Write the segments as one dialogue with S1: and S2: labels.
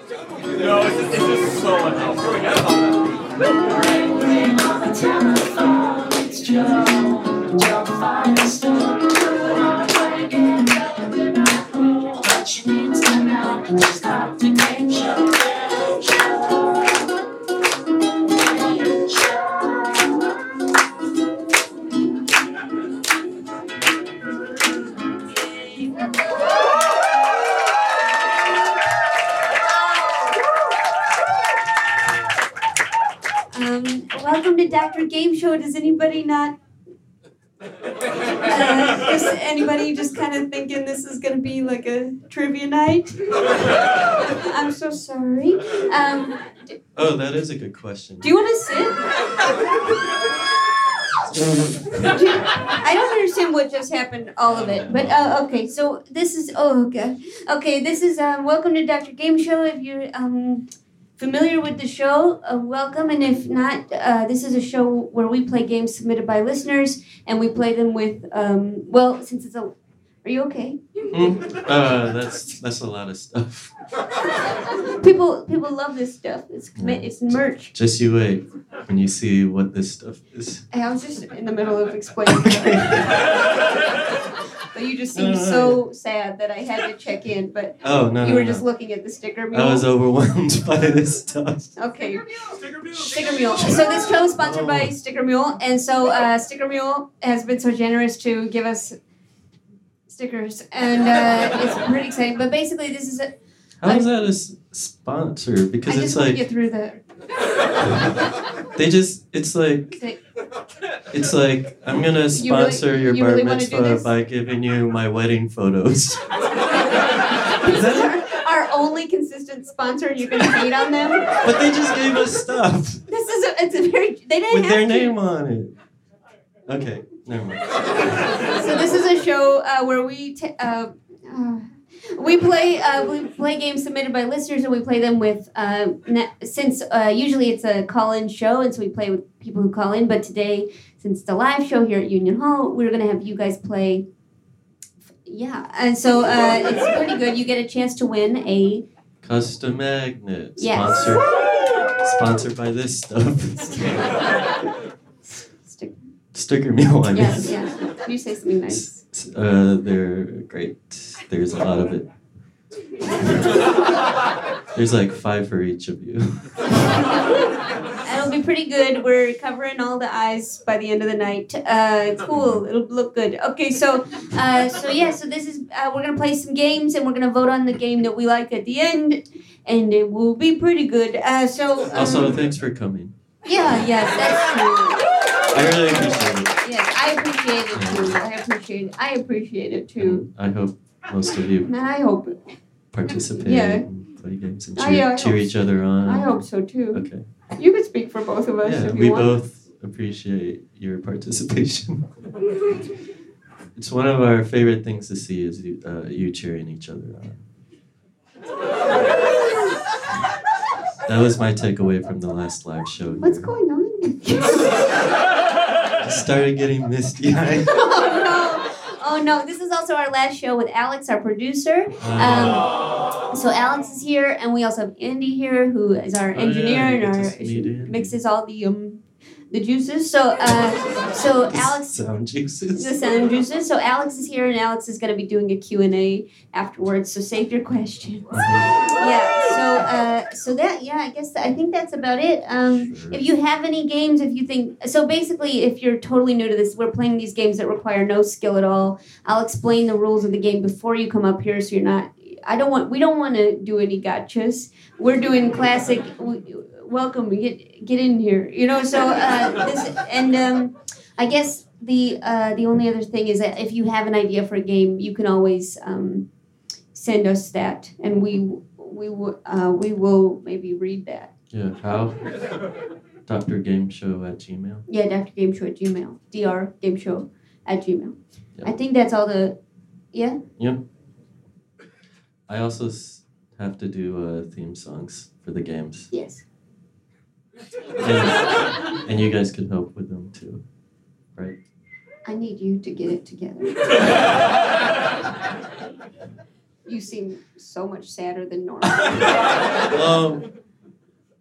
S1: No, it's just, it's just so unhelpful. We got all that.
S2: Um, welcome to Dr. Game Show. Does anybody not? Uh, is anybody just kind of thinking this is going to be like a trivia night? I'm so sorry. Um,
S3: Oh, that is a good question.
S2: do you want to sit? I don't understand what just happened, all of it. But uh, okay, so this is oh god. Okay, this is um, welcome to Dr. Game Show. If you're um, familiar with the show, uh, welcome. And if not, uh, this is a show where we play games submitted by listeners, and we play them with um, well, since it's a. Are you okay? Mm-hmm.
S3: Hmm? Uh, that's that's a lot of stuff.
S2: People people love this stuff. It's ma- it's merch.
S3: Just you wait when you see what this stuff is.
S2: I was just in the middle of explaining. But you just seemed so sad that I had to check in. But
S3: Oh no!
S2: you
S3: no,
S2: were
S3: no.
S2: just looking at the sticker mule.
S3: I was overwhelmed by this stuff.
S2: okay.
S1: Sticker bill.
S2: Sticker Mule. So this show is sponsored
S3: Oh.
S2: by Sticker Mule, and so uh, Sticker Mule has been so generous to give us stickers, and uh, it's pretty exciting. But basically, this is a,
S3: How is that a s- sponsor?
S2: I
S3: Because
S2: just
S3: it's
S2: want
S3: like
S2: to get through the.
S3: they just it's like
S2: They-
S3: it's like I'm gonna
S2: You really-
S3: sponsor your
S2: you
S3: bar
S2: really wanna do
S3: mitzvah
S2: this?
S3: by giving you my wedding photos. Is
S2: This is
S3: that-
S2: our, our only consistent sponsor, and you're going to hate on them.
S3: but they just gave us stuff
S2: This is a, it's a very they didn't
S3: with
S2: have
S3: their
S2: to.
S3: name on it. Okay, never mind.
S2: So this is a show uh, where we t- uh, uh, we play uh, we play games submitted by listeners, and we play them with uh, na- since uh, usually it's a call-in show, and so we play with people who call in. But today, since it's a live show here at Union Hall, we're gonna have you guys play. Yeah, and so uh, it's pretty good. You get a chance to win a
S3: Custom magnet.
S2: Yes.
S3: Sponsored, sponsored by this stuff.
S2: stick.
S3: Sticker meal, I mean.
S2: Yeah, yeah. You say something nice.
S3: S- Uh, they're great. There's a lot of it. There's like five for each of you.
S2: It'll be pretty good. We're covering all the eyes by the end of the night. Uh, cool. It'll look good. Okay, so, uh, so yeah, so this is uh, we're gonna play some games and we're gonna vote on the game that we like at the end, and it will be pretty good. Uh, so um,
S3: Also, thanks for coming.
S2: yeah, yeah, that's true.
S3: I really appreciate it.
S2: Yes, I appreciate it too. I appreciate it. I appreciate it too.
S3: And I hope most of you
S2: And I hope
S3: participate
S2: Yeah.
S3: and play games and
S2: I-
S3: cheer,
S2: I hope
S3: cheer each other on.
S2: I hope so too.
S3: Uh, Okay.
S2: You could speak for both of us
S3: Yeah,
S2: if you
S3: we
S2: want.
S3: both appreciate your participation. it's one of our favorite things to see is you, uh, you cheering each other on. That was my takeaway from the last live show.
S2: What's
S3: here.
S2: going on? um,
S3: I started getting misty eyed.
S2: oh no! Oh no! This is also our last show with Alex, our producer. Um,
S3: Oh,
S2: so Alex is here, and we also have Andy here, who is
S1: Oh,
S2: our
S3: yeah,
S2: engineer
S3: we get
S2: and
S3: to
S2: our
S3: meet
S2: she
S3: Andy.
S2: mixes all the um the juices. So uh, so Alex.
S3: Sound juices.
S2: The sound juices. So Alex is here, and Alex is going to be doing a Q and A afterwards. So save your questions. Yeah. So, uh, so that yeah, I guess I think that's about it. Um,
S3: Sure.
S2: if you have any games, if you think so, basically, if you're totally new to this, we're playing these games that require no skill at all. I'll explain the rules of the game before you come up here, so you're not. I don't want. We don't want to do any gotchas. We're doing classic. w- Welcome. Get get in here. You know. So uh, this and um, I guess the uh, the only other thing is that if you have an idea for a game, you can always um, send us that, and we we will uh, we will maybe read that.
S3: Yeah, how? Dr. Game Show at Gmail.
S2: Yeah, drgameshow at gmail. drgameshow at gmail.
S3: Yeah.
S2: I think that's all the. Yeah?
S3: I also s- have to do uh, theme songs for the games.
S2: Yes.
S3: And, and you guys could help with them too.
S2: I need you to get it together. You seem so much sadder than normal.
S3: Well,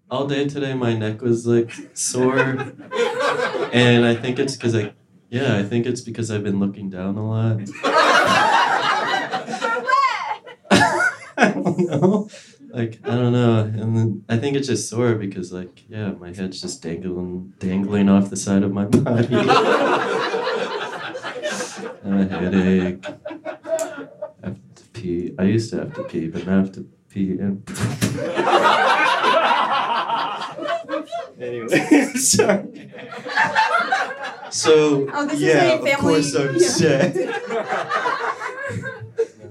S3: all day today my neck was like sore, and I think it's because I, yeah, I think it's because I've been looking down a lot. I don't know. Like I don't know, and then I think it's just sore because like yeah, my head's just dangling, dangling off the side of my body. and a headache. I have to pee. I used to have to pee, but now I have to pee and. anyway, sorry. So
S2: Oh, this is
S3: yeah,
S2: a
S3: of course I'm
S2: family- yeah.
S3: sick.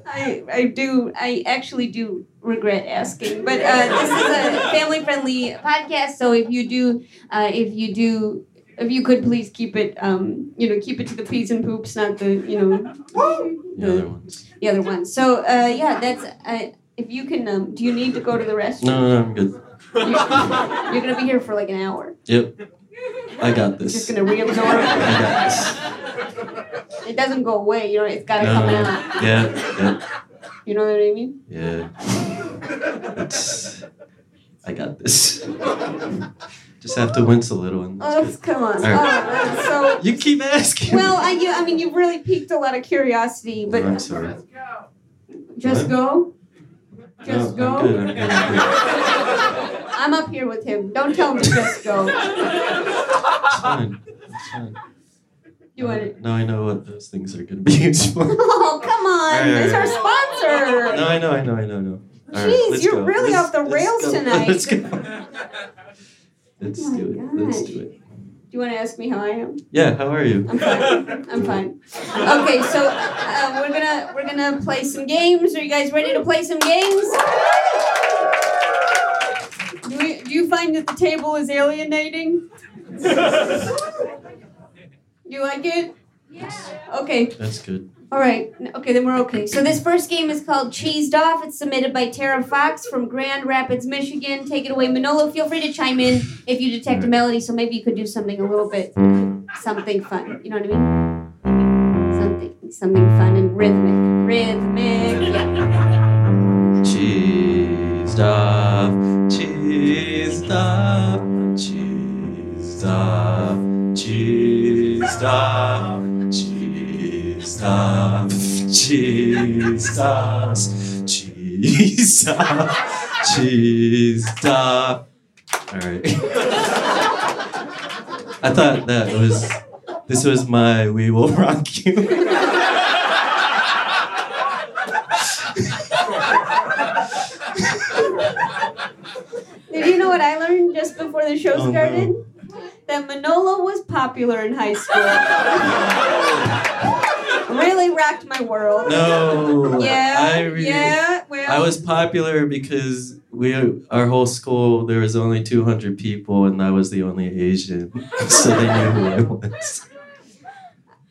S2: I, I do I actually do regret asking, but uh, this is a family friendly podcast. So if you do, uh, if you do, if you could please keep it, um, you know, keep it to the peas and poops, not the you know
S3: The other ones.
S2: the other one. So uh, yeah, that's uh, if you can. Um, do you need to go to the restroom?
S3: No, no, no, I'm good.
S2: You're gonna be here for like an hour.
S3: Yep, I got
S2: Just
S3: this.
S2: gonna reabsorb.
S3: I got this.
S2: it. It doesn't go away. You know, it's gotta
S3: No,
S2: come
S3: no,
S2: out.
S3: no. yeah, yeah.
S2: You know what I mean?
S3: Yeah. It's, I got this. Just have to wince a little. And that's
S2: Oh,
S3: good.
S2: come on. Oh,
S3: All right.
S2: that's so.
S3: You keep asking.
S2: Well, I, you, I mean, you've really piqued a lot of curiosity, but
S3: I'm sorry.
S2: Just go. Just
S3: No,
S2: go.
S3: Oh, I'm good, I'm good, I'm good.
S2: I'm up here with him. Don't tell him to just go.
S3: It's fine. It's fine.
S2: You want it?
S3: Now I know what those things are going to be used for.
S2: Oh, come on.
S3: Hey.
S2: It's our sponsor.
S3: No, I know, I know, I know, I know. All right,
S2: Jeez,
S3: let's
S2: you're
S3: go.
S2: really
S3: Let's-
S2: off the
S3: let's
S2: rails
S3: go.
S2: tonight. Oh
S3: Let's go. Let's
S2: my
S3: do it. Let's
S2: gosh.
S3: do it.
S2: Do you want to ask me how I am?
S3: Yeah, how are you?
S2: I'm fine. I'm fine. Okay, so uh, we're gonna we're gonna play some games. Are you guys ready to play some games? Do, we, do you find that the table is alienating? Do you like it? Yeah. Okay.
S3: That's good.
S2: All right. N- Okay, then we're okay. So this first game is called Cheesed Off. It's submitted by Tara Fox from Grand Rapids, Michigan. Take it away, Manolo. Feel free to chime in if you detect a melody. So maybe you could do something a little bit, something fun. You know what I mean? Something, something fun and rhythmic, rhythmic. Yeah.
S3: Cheese stuff, cheese stuff, cheese stuff, cheese stuff, cheese stuff, cheese stuff, cheese stuff, cheese stuff. All right. I thought that was this was my we will rock you.
S2: Did you know what I learned just before the show
S3: Oh, no.
S2: started? That Manolo was popular in high school. really rocked my world.
S3: No.
S2: Yeah.
S3: I really
S2: yeah. Well.
S3: I was popular because we our whole school there was only 200 people and I was the only Asian, so they knew who I was.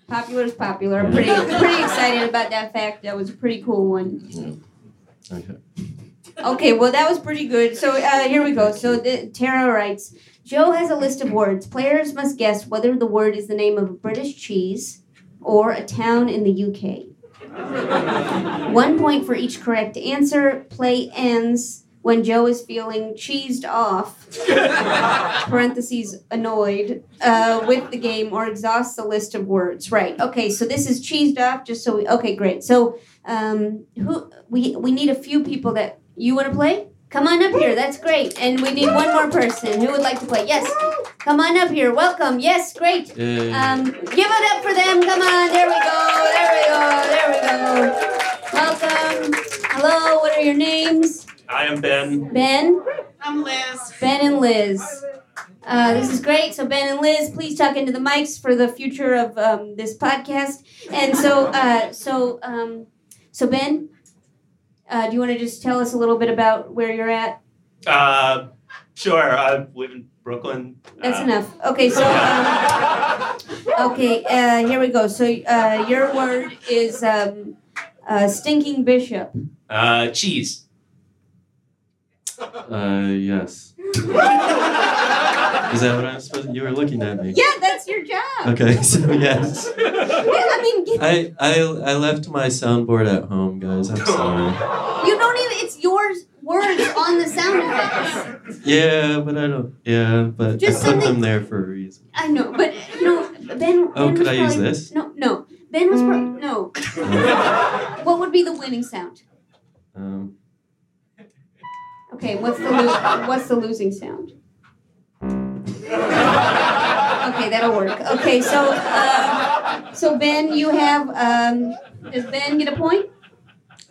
S2: Popular is popular. I'm pretty pretty excited about that fact. That was a pretty cool one.
S3: Okay.
S2: Okay, well that was pretty good. So uh, here we go. So the, Tara writes, Joe has a list of words. Players must guess whether the word is the name of a British cheese or a town in the UK. one point for each correct answer. Play ends when Joe is feeling cheesed off parentheses annoyed uh, with the game or exhausts the list of words. Right. Okay. So this is cheesed off. Just so we. Okay. Great. So um, who we we need a few people that you want to play. Come on up here. That's great. And we need one more person who would like to play. Yes. Come on up here. Welcome. Yes. Great.
S3: Yay.
S2: Um, give it up for them. Come on. There we go. There we go. There we go. Welcome. Hello. What are your names?
S1: I am Ben.
S2: Ben.
S4: I'm Liz.
S2: Ben and Liz. Uh, this is great. So Ben and Liz, please talk into the mics for the future of um, this podcast. And so, uh, so, um, so Ben, uh, do you want to just tell us a little bit about where you're at?
S1: Uh, sure, I live in Brooklyn.
S2: That's
S1: uh,
S2: enough. Okay. So, um, okay. Uh, here we go. So uh, your word is um, uh, stinking bishop.
S1: uh, cheese.
S3: Uh, yes. Is that what I was supposed? You were looking at me.
S2: Yeah, that's your job.
S3: Okay. So yes.
S2: Yeah, I mean, get-
S3: I I I left my soundboard at home, guys. I'm sorry.
S2: you don't even. It's your words on the sound effect.
S3: Yeah, but I don't. Yeah, but
S2: Just
S3: I put
S2: something-
S3: them there for a reason.
S2: I know, but you know, Ben. ben
S3: Oh,
S2: was
S3: could I use
S2: probably-
S3: this?
S2: No, no. Ben was pro- no. What would be the winning sound?
S3: Um,
S2: Okay, what's the lo- what's the losing sound? Okay, that'll work. Okay, so uh, so Ben, you have um, does Ben get a point?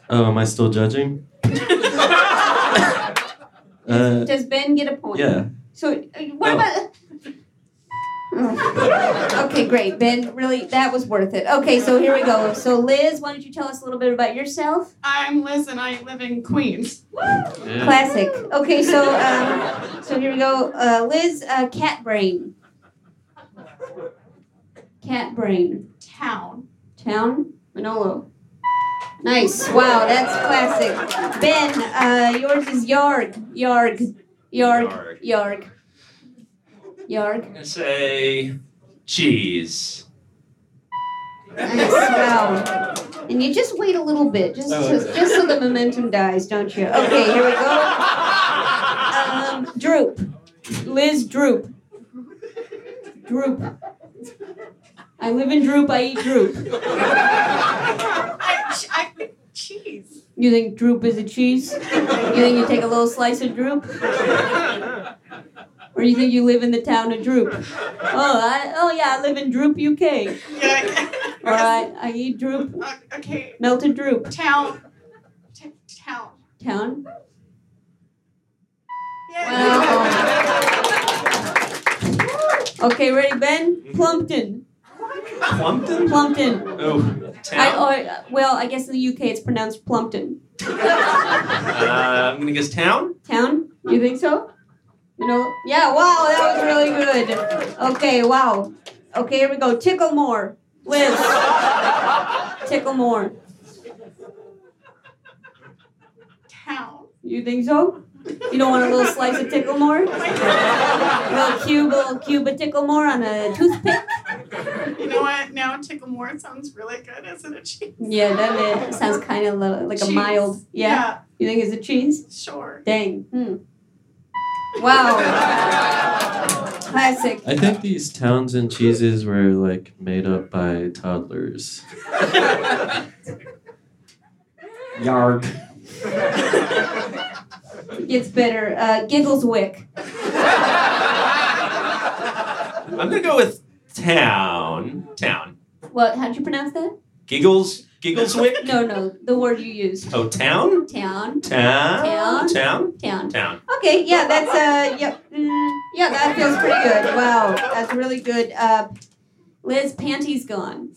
S3: oh, am I still judging? uh,
S2: Does Ben get a point?
S3: yeah.
S2: So uh, what
S3: No.
S2: about? Oh. Okay, great, Ben. Really, that was worth it. Okay, so here we go. So Liz, why don't you tell us a little bit about yourself?
S4: I'm Liz and I live in Queens.
S3: yeah.
S2: Classic. Okay, so um, so here we go. Uh, Liz, uh, cat brain. Cat brain.
S4: Town.
S2: Town, Manolo. Nice. Wow, that's classic. Ben, uh, yours is Yarg. Yarg. Yarg. Yarg. Yarg.
S1: gonna say cheese.
S2: Nice. Wow. And you just wait a little bit, just
S3: Oh,
S2: just,
S3: okay.
S2: just so the momentum dies, don't you? Okay, here we go. Um, droop. Liz droop. Droop. I live in droop. I eat droop.
S4: I, I think cheese.
S2: You think droop is a cheese? You think you take a little slice of droop? Or you think you live in the town of Droop? Oh, I, oh yeah, I live in Droop, UK.
S4: Yeah.
S2: All right, I eat Droop,
S4: Uh, okay.
S2: melted Droop.
S4: Town. T- town.
S2: Town.
S4: Yeah.
S2: Okay, ready, Ben? Plumpton.
S1: Plumpton?
S2: Plumpton.
S1: Oh,
S2: I,
S1: town.
S2: or, uh, well, I guess in the UK it's pronounced Plumpton.
S1: Uh, I'm gonna guess town.
S2: Town? You think so? You know? Yeah, wow, that was really good. Okay, wow. Okay, here we go. Tickle more. Liz. Tickle more.
S4: Town.
S2: You think so? You don't want a little slice of tickle more? little cube, little cube of tickle more on a toothpick.
S4: You know what? Now Ticklemore sounds really good. Is it a cheese?
S2: Yeah, that is, sounds kind of like a
S4: Cheese.
S2: mild. Yeah. You think it's a cheese?
S4: yeah. Sure.
S2: Dang. Hmm. Wow. Classic.
S3: I think these towns and cheeses were like made up by toddlers. Yarg.
S2: It gets better. Uh, Giggleswick.
S1: I'm gonna go with town. Town.
S2: What? How'd you pronounce that?
S1: Giggles. Giggleswick.
S2: No, no. The word you used.
S1: Oh, town.
S2: Town.
S1: Town.
S2: Town.
S1: Town.
S2: Town.
S1: Town.
S2: Okay, yeah, that's uh, yep, mm, yeah, that feels pretty good. Wow, that's really good. Uh, Liz, panties gone.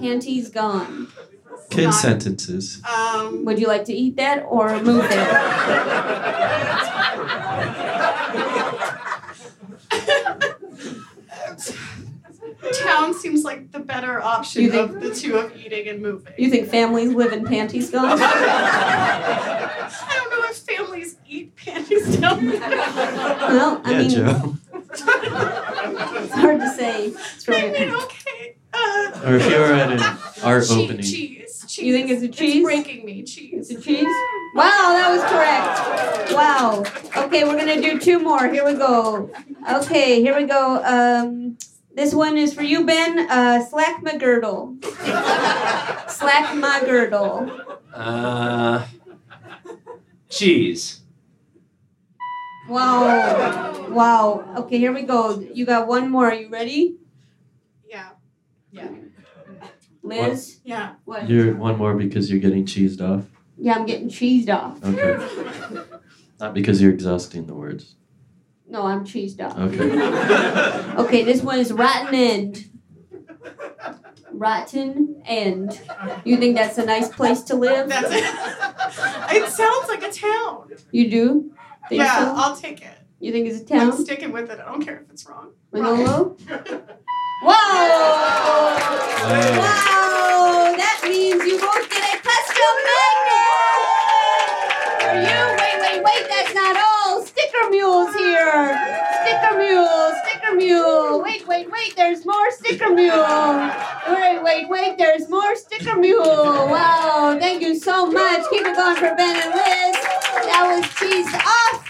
S2: panties gone.
S3: Kid
S4: Not-
S3: sentences.
S2: Uh,
S4: Um.
S2: Would you like to eat that or move it?
S4: Town seems like the better option
S2: You think-
S4: of the two of eating and moving.
S2: You think families live in panties gone?
S4: I don't know if families eat panties down there.
S2: Well, I
S3: yeah,
S2: mean,
S3: Joe.
S2: it's hard to say. It's
S4: I mean,
S2: really-
S4: okay. Uh,
S3: Or if you were at an art
S4: che-
S3: opening.
S4: Cheese. Cheese.
S2: You think it's a cheese?
S4: It's breaking me.
S2: It's
S4: Cheese.
S2: a cheese? Wow, that was correct. Wow. Okay, we're gonna do two more. Here we go. Okay, here we go. Um, this one is for you, Ben. Uh, slack my girdle. slack my girdle.
S1: Uh, cheese.
S2: Wow. Wow. Okay, here we go. You got one more. Are you ready,
S4: Yeah.
S2: Liz?
S4: Yeah.
S2: What?
S3: You're one more because you're getting cheesed off.
S2: Yeah, I'm getting cheesed off.
S3: Okay. Not because you're exhausting the words.
S2: No, I'm cheesed off.
S3: Okay.
S2: Okay, this one is rotten end. Rotten end. You think that's a nice place to live?
S4: That's it. it sounds like a town.
S2: You do? Think
S4: yeah,
S2: so?
S4: I'll take it.
S2: You think it's a
S4: I'm
S2: town?
S4: sticking with it. I don't care if it's wrong.
S2: Manolo? Whoa!
S3: Wow.
S2: Wow! That means you both get a custom magnet! For you, wait, wait, wait, that's not all! Sticker mules here! Sticker mule, sticker mule! Wait, wait, wait, there's more sticker mule! Wait, wait, wait, there's more sticker mule! Wow, thank you so much! Keep it going for Ben and She's off.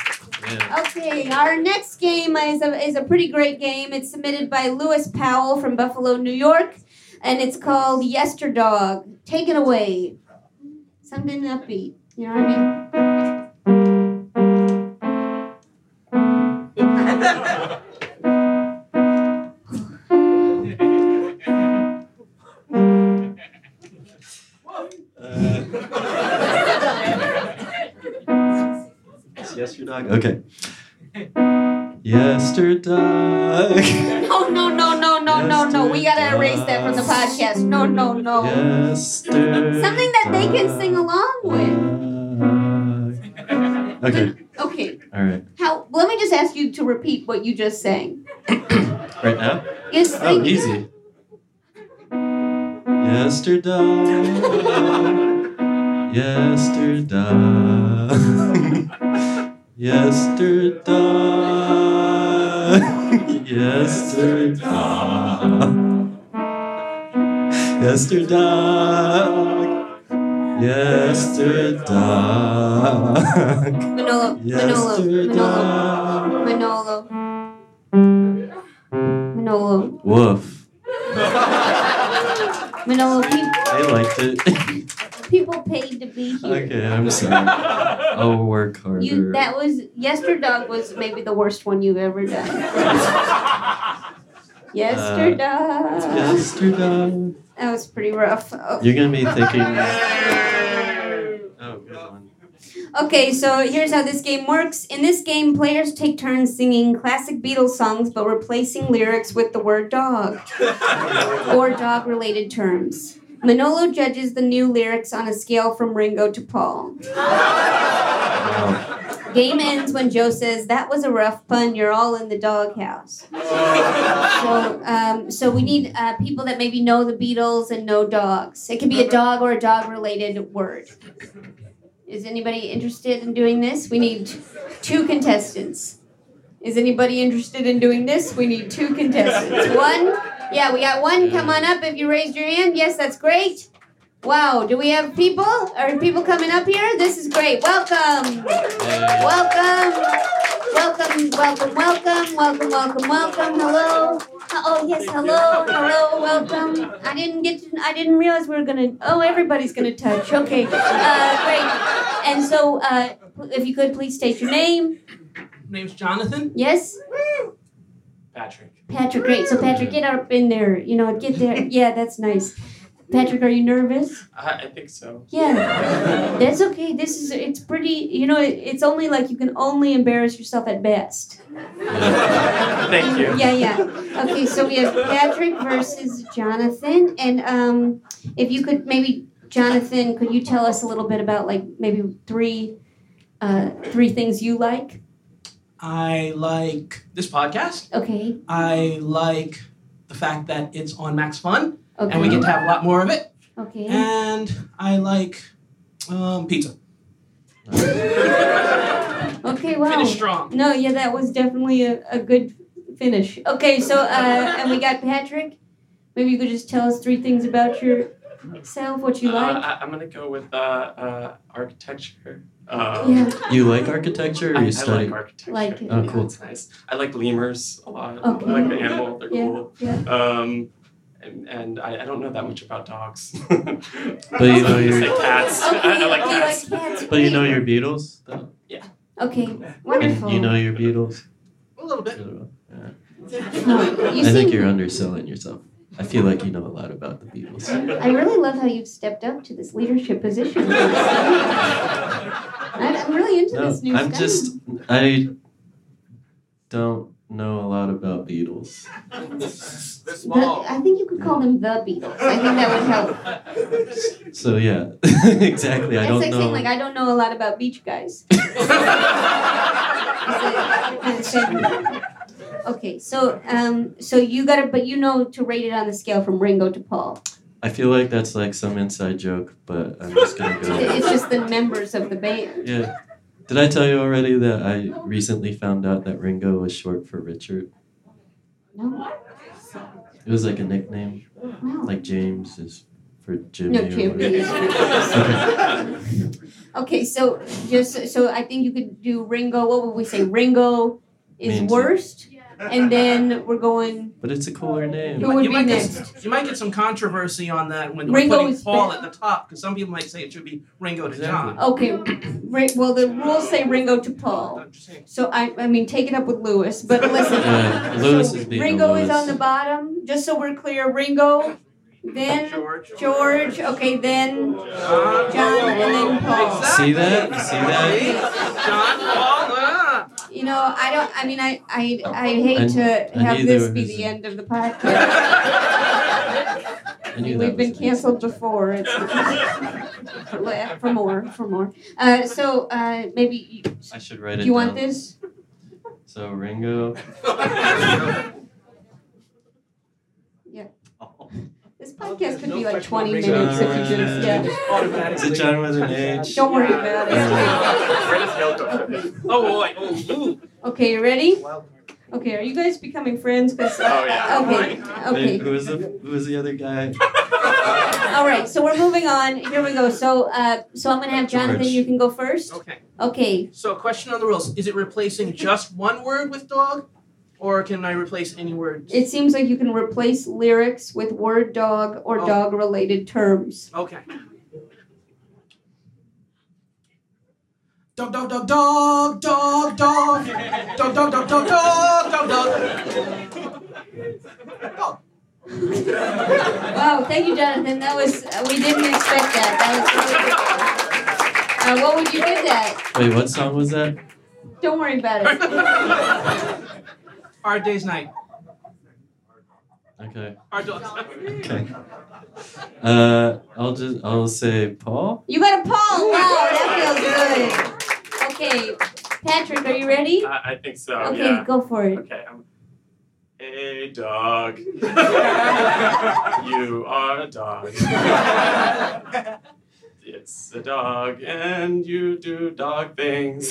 S3: Yeah.
S2: Okay, our next game is a, is a pretty great game. It's submitted by Lewis Powell from Buffalo, New York, and it's called Yesterdog. Take it away. Something upbeat. You know what I mean?
S3: Uh, it's Yesterdog. Okay. Yesterdog.
S2: No, no, no, no, no, no, no. We gotta erase that from the podcast. No, no, no.
S3: Yesterdog.
S2: Something that they can sing along with.
S3: Okay.
S2: Okay.
S3: All right.
S2: How? Let me just ask you to repeat what you just sang.
S3: Right now.
S2: Yes.
S3: Oh, easy. Yesterday. Yesterday. Yesterday. Yesterday. Yesterday. Yesterday.
S2: Manolo. Manolo. Manolo.
S3: Yesterday.
S2: Manolo. Manolo.
S3: Woof.
S2: Manolo. Pe-
S3: I liked it.
S2: people paid to be here.
S3: Okay, I'm sorry. I'll work harder.
S2: You. That was Yesterdog was maybe the worst one you've ever done.
S3: Uh,
S2: Yesterdog.
S3: Yesterday.
S2: That was pretty rough. Oh.
S3: You're gonna be thinking. Oh, good one.
S2: Okay, so here's how this game works. In this game, players take turns singing classic Beatles songs but replacing lyrics with the word dog or dog related terms. Manolo judges the new lyrics on a scale from Ringo to Paul.
S3: Wow.
S2: Game ends when Joe says, That was a rough pun, you're all in the doghouse. So, um, so we need uh, people that maybe know the Beatles and know dogs. It can be a dog or a dog related word. Is anybody interested in doing this? We need two contestants. Is anybody interested in doing this? We need two contestants. One, yeah, we got one. Come on up if you raised your hand. Yes, that's great. Wow, do we have people? Are people coming up here? This is great. Welcome.
S3: Hey.
S2: Welcome, welcome, welcome, welcome, welcome, welcome, welcome. Hello. Oh yes, hello, hello, welcome. I didn't get, to, I didn't realize we were gonna. Oh, everybody's gonna touch. Okay, uh, great. And so, uh, if you could please state your name.
S5: Name's Jonathan.
S2: Yes,
S1: Patrick.
S2: Patrick. Great. So Patrick, get up in there. You know, get there. Yeah, that's nice. Patrick, are you nervous?
S1: I, I think so.
S2: Yeah, that's okay. This is it's pretty. You know, it, it's only like you can only embarrass yourself at best.
S1: Thank you.
S2: Yeah, yeah. Okay, so we have Patrick versus Jonathan, and um, if you could maybe Jonathan, could you tell us a little bit about like maybe three, uh, three things you like?
S5: I like this podcast.
S2: Okay.
S5: I like the fact that it's on Max Fun
S2: Okay.
S5: and we get to have a lot more of it.
S2: okay.
S5: And I like um, pizza.
S2: Okay. Wow.
S5: Finish strong.
S2: No, yeah, that was definitely a, a good finish. Okay, so uh, and we got Patrick. Maybe you could just tell us three things about yourself, what you
S1: Uh,
S2: like.
S1: I, I'm gonna go with uh, uh, architecture. Uh,
S2: yeah.
S3: You like architecture or
S1: I,
S3: you
S1: I like
S3: study?
S1: architecture.
S2: Like it.
S3: Oh,
S1: Yeah,
S3: cool.
S1: It's nice. I like lemurs a lot.
S2: Okay.
S1: I like the animal. They're
S2: Yeah,
S1: cool.
S2: yeah.
S1: Um, and, and I, I don't know that much about dogs.
S3: But you know
S1: you
S3: your,
S1: say cats.
S2: Okay,
S1: I, I like
S2: oh,
S1: cats.
S2: you like cats.
S3: but you
S2: great.
S3: know your Beatles. Though?
S2: Okay,
S3: And
S2: wonderful.
S3: you know your Beatles.
S5: A little bit.
S2: No, you
S3: I think
S2: seem-
S3: you're underselling yourself. I feel like you know a lot about the Beatles.
S2: I really love how you've stepped up to this leadership position. I, I'm really into
S3: No,
S2: this new
S3: I'm
S2: stuff.
S3: just I don't know a lot about Beatles.
S6: They're
S2: The- I think you could call them the Beatles. I think that would help.
S3: So yeah, exactly. I
S2: That's
S3: don't
S2: like
S3: know.
S2: saying like I don't know a lot about beach guys. Is it- okay, so um, so you gotta, but you know to rate it on the scale from Ringo to Paul.
S3: I feel like that's like some inside joke, but I'm just gonna
S2: It-
S3: go.
S2: It's just the members of the band.
S3: Yeah. Did I tell you already that I recently found out that Ringo was short for Richard?
S2: No,
S3: It was like a nickname,
S2: wow.
S3: like James is for Jimmy.
S2: Oh. No,
S3: or
S2: Jimmy
S3: whatever.
S2: is-
S3: Okay.
S2: Okay, so just so I think you could do Ringo. What would we say? Ringo is
S3: Means-
S2: worst, and then we're going.
S3: But it's a cooler name.
S2: Who would
S5: you
S2: be
S5: might Get,
S2: next?
S5: you might get some controversy on that when
S2: Ringo
S5: we're putting
S2: is
S5: Paul
S2: better.
S5: at the top because some people might say it should be Ringo to John.
S2: Okay, Ri- well the rules say Ringo to Paul.
S5: I'm just saying.
S2: So I, I mean, take it up with Lewis. But listen,
S3: Yeah, Lewis is beating
S2: Ringo is
S3: Lewis.
S2: on the bottom. Just so we're clear, Ringo, then
S5: George.
S2: George. Okay, then
S5: John,
S2: John, and then Paul.
S5: Exactly.
S3: See that? You see that?
S5: See? John, Paul, ah.
S2: you know I don't. I mean, I I I hate
S3: I-
S2: to
S3: I
S2: have
S3: knew
S2: this
S3: there
S2: be
S3: was
S2: the
S3: a-
S2: end of the podcast.
S3: I knew
S2: We've
S3: that was
S2: been
S3: an accident.
S2: canceled before. It's for, la- for more, for more. Uh, so uh, maybe you,
S3: I should write it
S2: do you want
S3: down.
S2: this?
S3: So Ringo.
S2: This podcast could
S5: No
S2: be like
S5: question,
S2: 20
S5: Ringo.
S2: minutes if you just yeah.
S5: Just automatically.
S3: Is it John with an H?
S2: Don't worry about
S5: Yeah.
S2: it.
S5: Oh boy. Oh, ooh.
S2: Okay, you ready? Okay, are you guys becoming friends? Cause
S1: Oh, yeah.
S2: okay,
S3: Wait,
S2: okay.
S3: who was the who was the other guy?
S2: All right, so we're moving on. Here we go. So, uh, so I'm gonna have Jonathan.
S3: George.
S2: You can go first.
S5: Okay.
S2: Okay.
S5: So, question on the rules: Is it replacing just one word with dog, or can I replace any words?
S2: It seems like you can replace lyrics with word dog or
S5: Oh.
S2: dog related terms.
S5: Okay. Dog, dog, dog, dog, dog, dog, dog, dog, dog, dog, dog, dog, dog. Dog.
S2: Wow, thank you, Jonathan. That was uh, we didn't expect that. That was really good. Uh, what would you do that?
S3: Wait, what song was that?
S2: Don't worry about it.
S5: Hard day's night.
S3: Okay.
S5: Hard dog.
S3: Okay. Uh, I'll just I'll say Paul.
S2: You got a Paul. Wow, that feels good. Okay, Patrick, are you ready?
S1: I, I think so,
S2: Okay,
S1: Uh, yeah.
S2: go for it.
S1: Okay. I'm... Hey, dog. you are a dog. it's a dog, and you do dog things.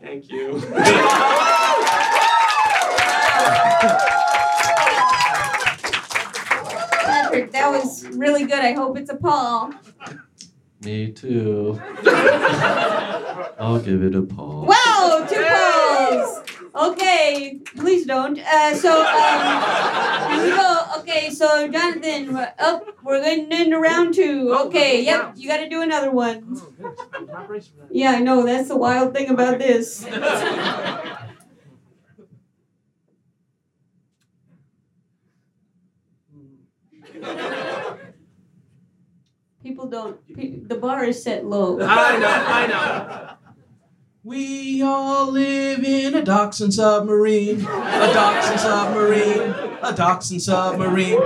S1: Thank you.
S2: Patrick, that was really good. I hope it's a Paul.
S3: Me too. I'll give it a Paul.
S2: Wow, two Pauls. Okay, please don't. Uh, so um, here we go. Okay, so Jonathan, we're- oh, we're going into round two.
S5: Oh,
S2: Okay, yep,
S5: wow.
S2: you got to do another one.
S5: Oh, goodness, I'm not braced for
S2: Yeah, I know. That's the wild thing about this.
S5: that.
S2: People don't. pe- The bar is set low.
S5: I know, I know. We all live in a dachshund submarine, a dachshund submarine, a dachshund submarine.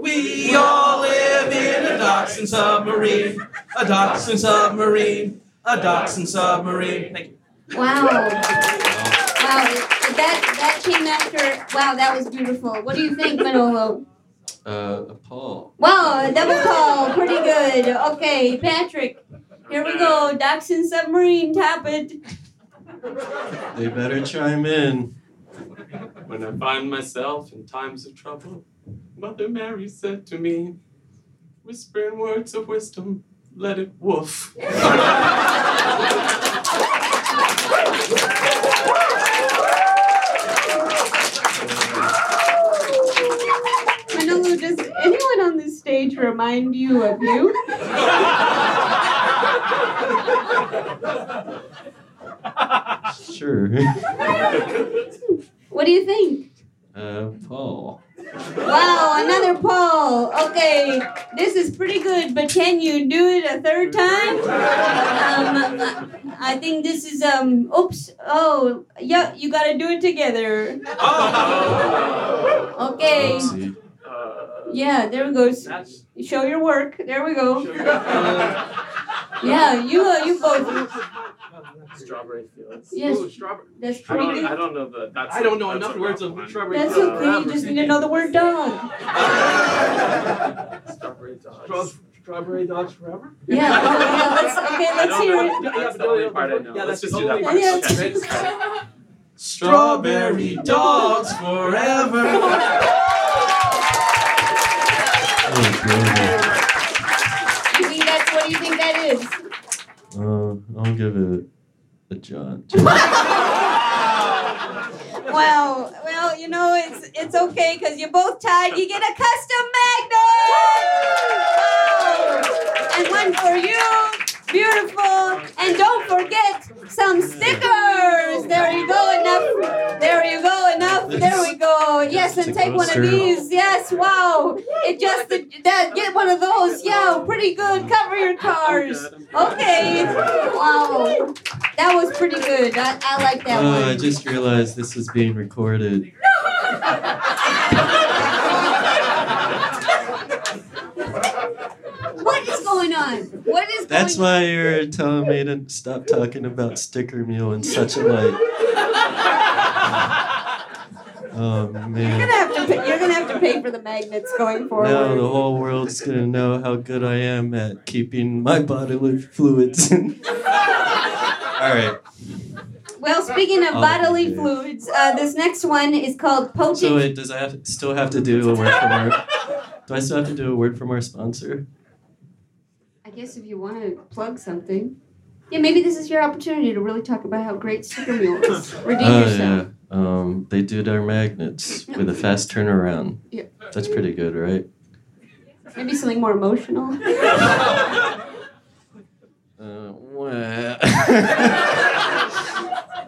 S5: We all live in a dachshund submarine, a dachshund submarine, a dachshund submarine. Thank you.
S2: Wow. Wow. That that came after. Wow, that was beautiful. What do you think, Manolo?
S3: Uh, a Paul.
S2: Wow, a double call. Pretty good. Okay, Patrick. Here we go. Dachshund submarine. Tap it.
S3: They better chime in.
S1: When I find myself in times of trouble, Mother Mary said to me, whispering words of wisdom, let it woof.
S2: Manolo, does anyone on this stage remind you of you?
S3: Sure.
S2: Uh, What do you think?
S3: Uh, Paul.
S2: Wow, another poll. Okay, this is pretty good, but can you do it a third time? Um, I- I think this is um. Oops. Oh, yeah. You gotta do it together. Okay.
S3: Oopsie.
S2: Yeah. There it goes.
S5: That's
S2: Show your work. There we go. Yeah. You. Uh, you both.
S1: Strawberry fields.
S2: Yes.
S5: Ooh, strawberry.
S2: That's
S1: I
S2: pretty
S1: don't, I
S2: good.
S1: don't know the. That's
S5: I don't know
S1: that's
S5: enough
S1: a
S5: words
S1: rough
S5: of
S1: one.
S5: strawberry
S2: That's
S5: fields.
S2: okay. You just need to know the word dog.
S1: Strawberry dogs.
S5: Straw- Strawberry dogs forever?
S2: Yeah. Oh, yeah. Let's. Okay.
S1: I
S2: Let's
S1: don't
S2: hear
S1: know.
S2: it. Oh,
S1: That's the only part I know.
S5: Yeah,
S1: Let's
S5: that's
S1: just
S5: the
S1: do that
S5: only
S1: part.
S2: Yeah,
S1: Okay.
S5: Strawberry dogs forever.
S3: Oh,
S2: You think that's what do you think that kids?
S3: Uh, I'll give it a John.
S2: Wow. Well, you know it's it's okay because you're both tied. You get a custom magnet. Wow. And one for you. Beautiful. And don't forget some stickers. There you go. Enough. There you go. Enough. There we go. Yes, and take one of these. Yes. Wow. It just that get one of those. Yeah. Pretty good. Cover your cars. Okay. Wow. That was pretty good. I, I like that one.
S3: Oh, I just realized this is being recorded.
S2: What is going on? What is
S3: That's
S2: going on?
S3: why you're telling me to stop talking about sticker meal and such a like. Oh
S2: You're
S3: man.
S2: gonna have to pay, you're gonna have to pay for the magnets going forward.
S3: Now the whole world's gonna know how good I am at keeping my bodily fluids. in. All right.
S2: Well, speaking of
S3: Oh,
S2: bodily
S3: okay.
S2: fluids, uh, this next one is called poaching.
S3: So wait, does I have still have to do a word from our? Do I still have to do a word from our sponsor?
S2: I guess if you want to plug something, yeah, maybe this is your opportunity to really talk about how great Sticker Mule is. Redeem
S3: Oh
S2: yourself.
S3: yeah. Um, they do their magnets with a fast turnaround.
S2: Yeah.
S3: That's pretty good, right?
S2: Maybe something more emotional.
S3: Uh, wha-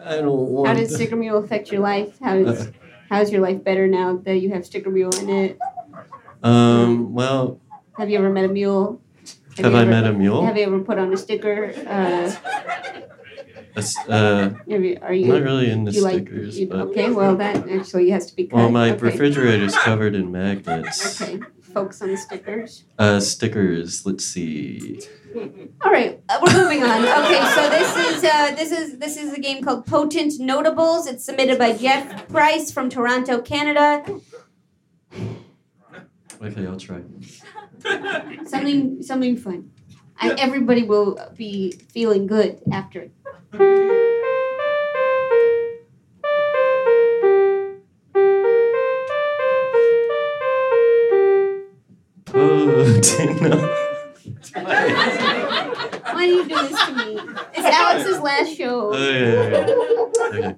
S3: I don't want.
S2: How did
S3: to-
S2: Sticker Mule affect your life? How is how's your life better now that you have Sticker Mule in it?
S3: Um. Well,
S2: Have you ever met a mule?
S3: have
S2: you
S3: I
S2: ever-
S3: met a mule?
S2: Have you ever put on a sticker? Uh,
S3: A s- uh,
S2: have you, are
S3: I'm
S2: you
S3: not really into
S2: you like-
S3: stickers,
S2: you-
S3: but
S2: okay, well that actually has to be cut.
S3: well, my
S2: okay.
S3: refrigerator's covered in magnets.
S2: Okay, focus on the stickers.
S3: Uh, stickers. Let's see.
S2: All right, uh, we're moving on. Okay, so this is uh, this is this is a game called Potent Notables. It's submitted by Jeff Price from Toronto, Canada.
S3: Okay, I'll try.
S2: Something something fun. I, everybody will be feeling good after it.
S3: Oh, Dana.
S2: Why do you do this to me? It's Alex's last show.
S3: Oh, yeah, yeah, yeah. Okay.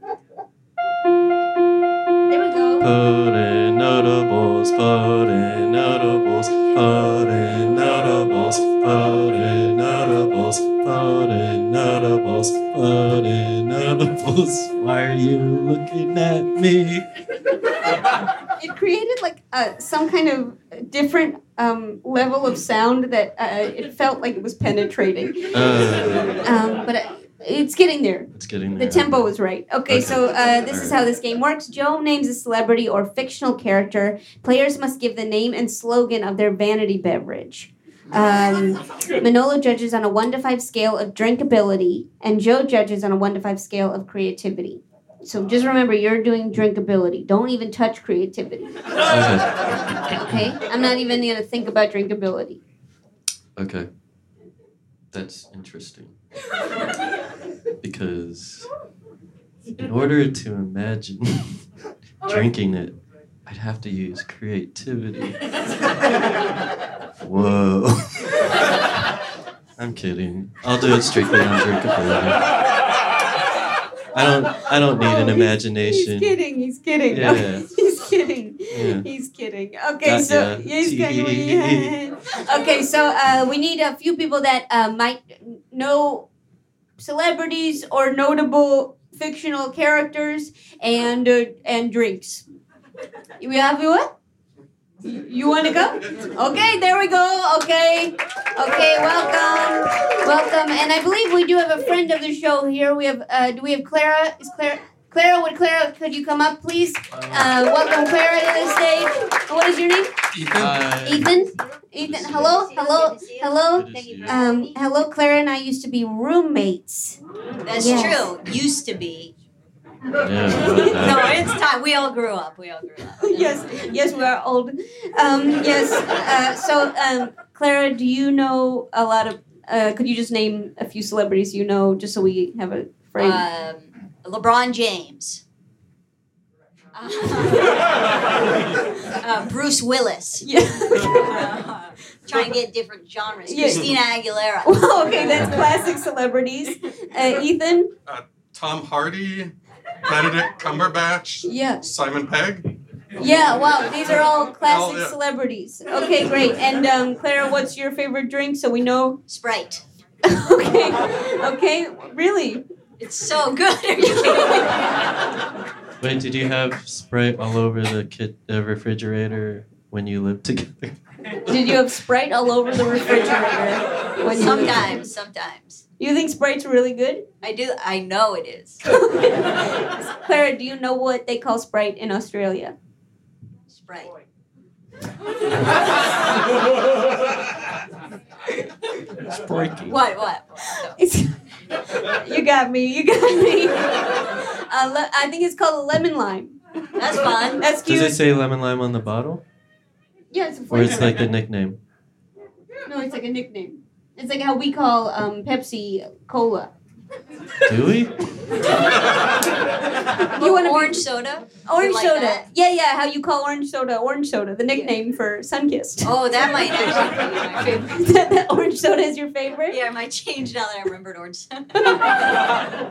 S2: There we go.
S3: Potent notables, potent notables, potent notables, potent notables, potent notables, potent notables. Why are you looking at me?
S2: it created like uh, some kind of different um, level of sound that uh, it felt like it was penetrating.
S3: Uh,
S2: Um, but uh, it's getting there.
S3: it's getting
S2: The
S3: there.
S2: tempo is right. Okay,
S3: Okay.
S2: so uh, this is how this game works. Joe names a celebrity or fictional character. Players must give the name and slogan of their vanity beverage. Um, Manolo judges on a 1 to 5 scale of drinkability, and Joe judges on a 1 to 5 scale of creativity. So just remember, you're doing drinkability. Don't even touch creativity.
S3: Okay.
S2: Okay, I'm not even gonna think about drinkability.
S3: okay. That's interesting. Because in order to imagine drinking it, I'd have to use creativity. Whoa. I'm kidding. I'll do it strictly on drinkability. I don't I don't need an
S2: Oh,
S3: imagination.
S2: He's kidding. He's kidding.
S3: Yeah.
S2: Okay, he's kidding.
S3: Yeah.
S2: He's kidding. Okay,
S3: Gotcha.
S2: so he's kidding. Yeah. Okay, so uh, we need a few people that uh, might know celebrities or notable fictional characters and uh, and drinks. We have you what? You want to go? Okay, there we go. Okay, okay, welcome, welcome, and I believe we do have a friend of the show here. We have, uh, do we have Clara? Is Clara? Clara, would Clara, could you come up, please? Uh, welcome, Clara, to the stage. What is your name?
S3: Uh,
S2: Ethan. Ethan. Hello, hello, hello. Um, hello, Clara and I used to be roommates.
S6: That's
S2: Yes.
S6: true. Used to be.
S3: yeah, what the-
S6: No, it's time. We all grew up. We all grew up.
S2: yes, yes, we are old. Um, yes. Uh, so, um, Clara, do you know a lot of? Uh, could you just name a few celebrities you know, just so we have a frame?
S6: Um, LeBron James. Uh, Bruce Willis.
S2: yeah.
S6: Uh, Trying to get different genres.
S2: Yeah.
S6: Christina Aguilera.
S2: Well, okay, that's classic celebrities. Uh, Ethan?
S7: Tom Hardy, Benedict Cumberbatch,
S2: Yeah.
S7: Simon Pegg.
S2: Yeah, wow, these are all classic
S7: yeah.
S2: celebrities. Okay, great. And um, Clara, what's your favorite drink so we know?
S6: Sprite.
S2: okay, okay, really?
S6: It's so good. Are you kidding me?
S3: Wait, did you have Sprite all over the kit uh, refrigerator when you lived together?
S2: Did you have Sprite all over the refrigerator? when you-
S6: Sometimes, sometimes.
S2: You think Sprite's really good?
S6: I do. I know it is.
S2: Clara, do you know what they call Sprite in Australia?
S6: Sprite. What? What?
S2: It's, you got me. You got me. Uh, le- I think it's called a lemon lime.
S6: That's fun.
S2: That's
S3: Does
S2: cute.
S3: it say lemon lime on the bottle?
S2: yeah, it's a
S3: Or
S2: flavor.
S3: it's like the nickname?
S2: no, it's like a nickname. It's like how we call um, Pepsi Cola.
S3: Do we?
S2: You want to
S6: orange soda?
S2: orange
S6: like
S2: soda?
S6: that?
S2: Yeah, yeah. How you call orange soda orange soda? The nickname for Sunkist.
S6: Oh, that might actually be my favorite.
S2: that, that orange soda is your favorite.
S6: Yeah, I might change now that I remembered orange.
S2: I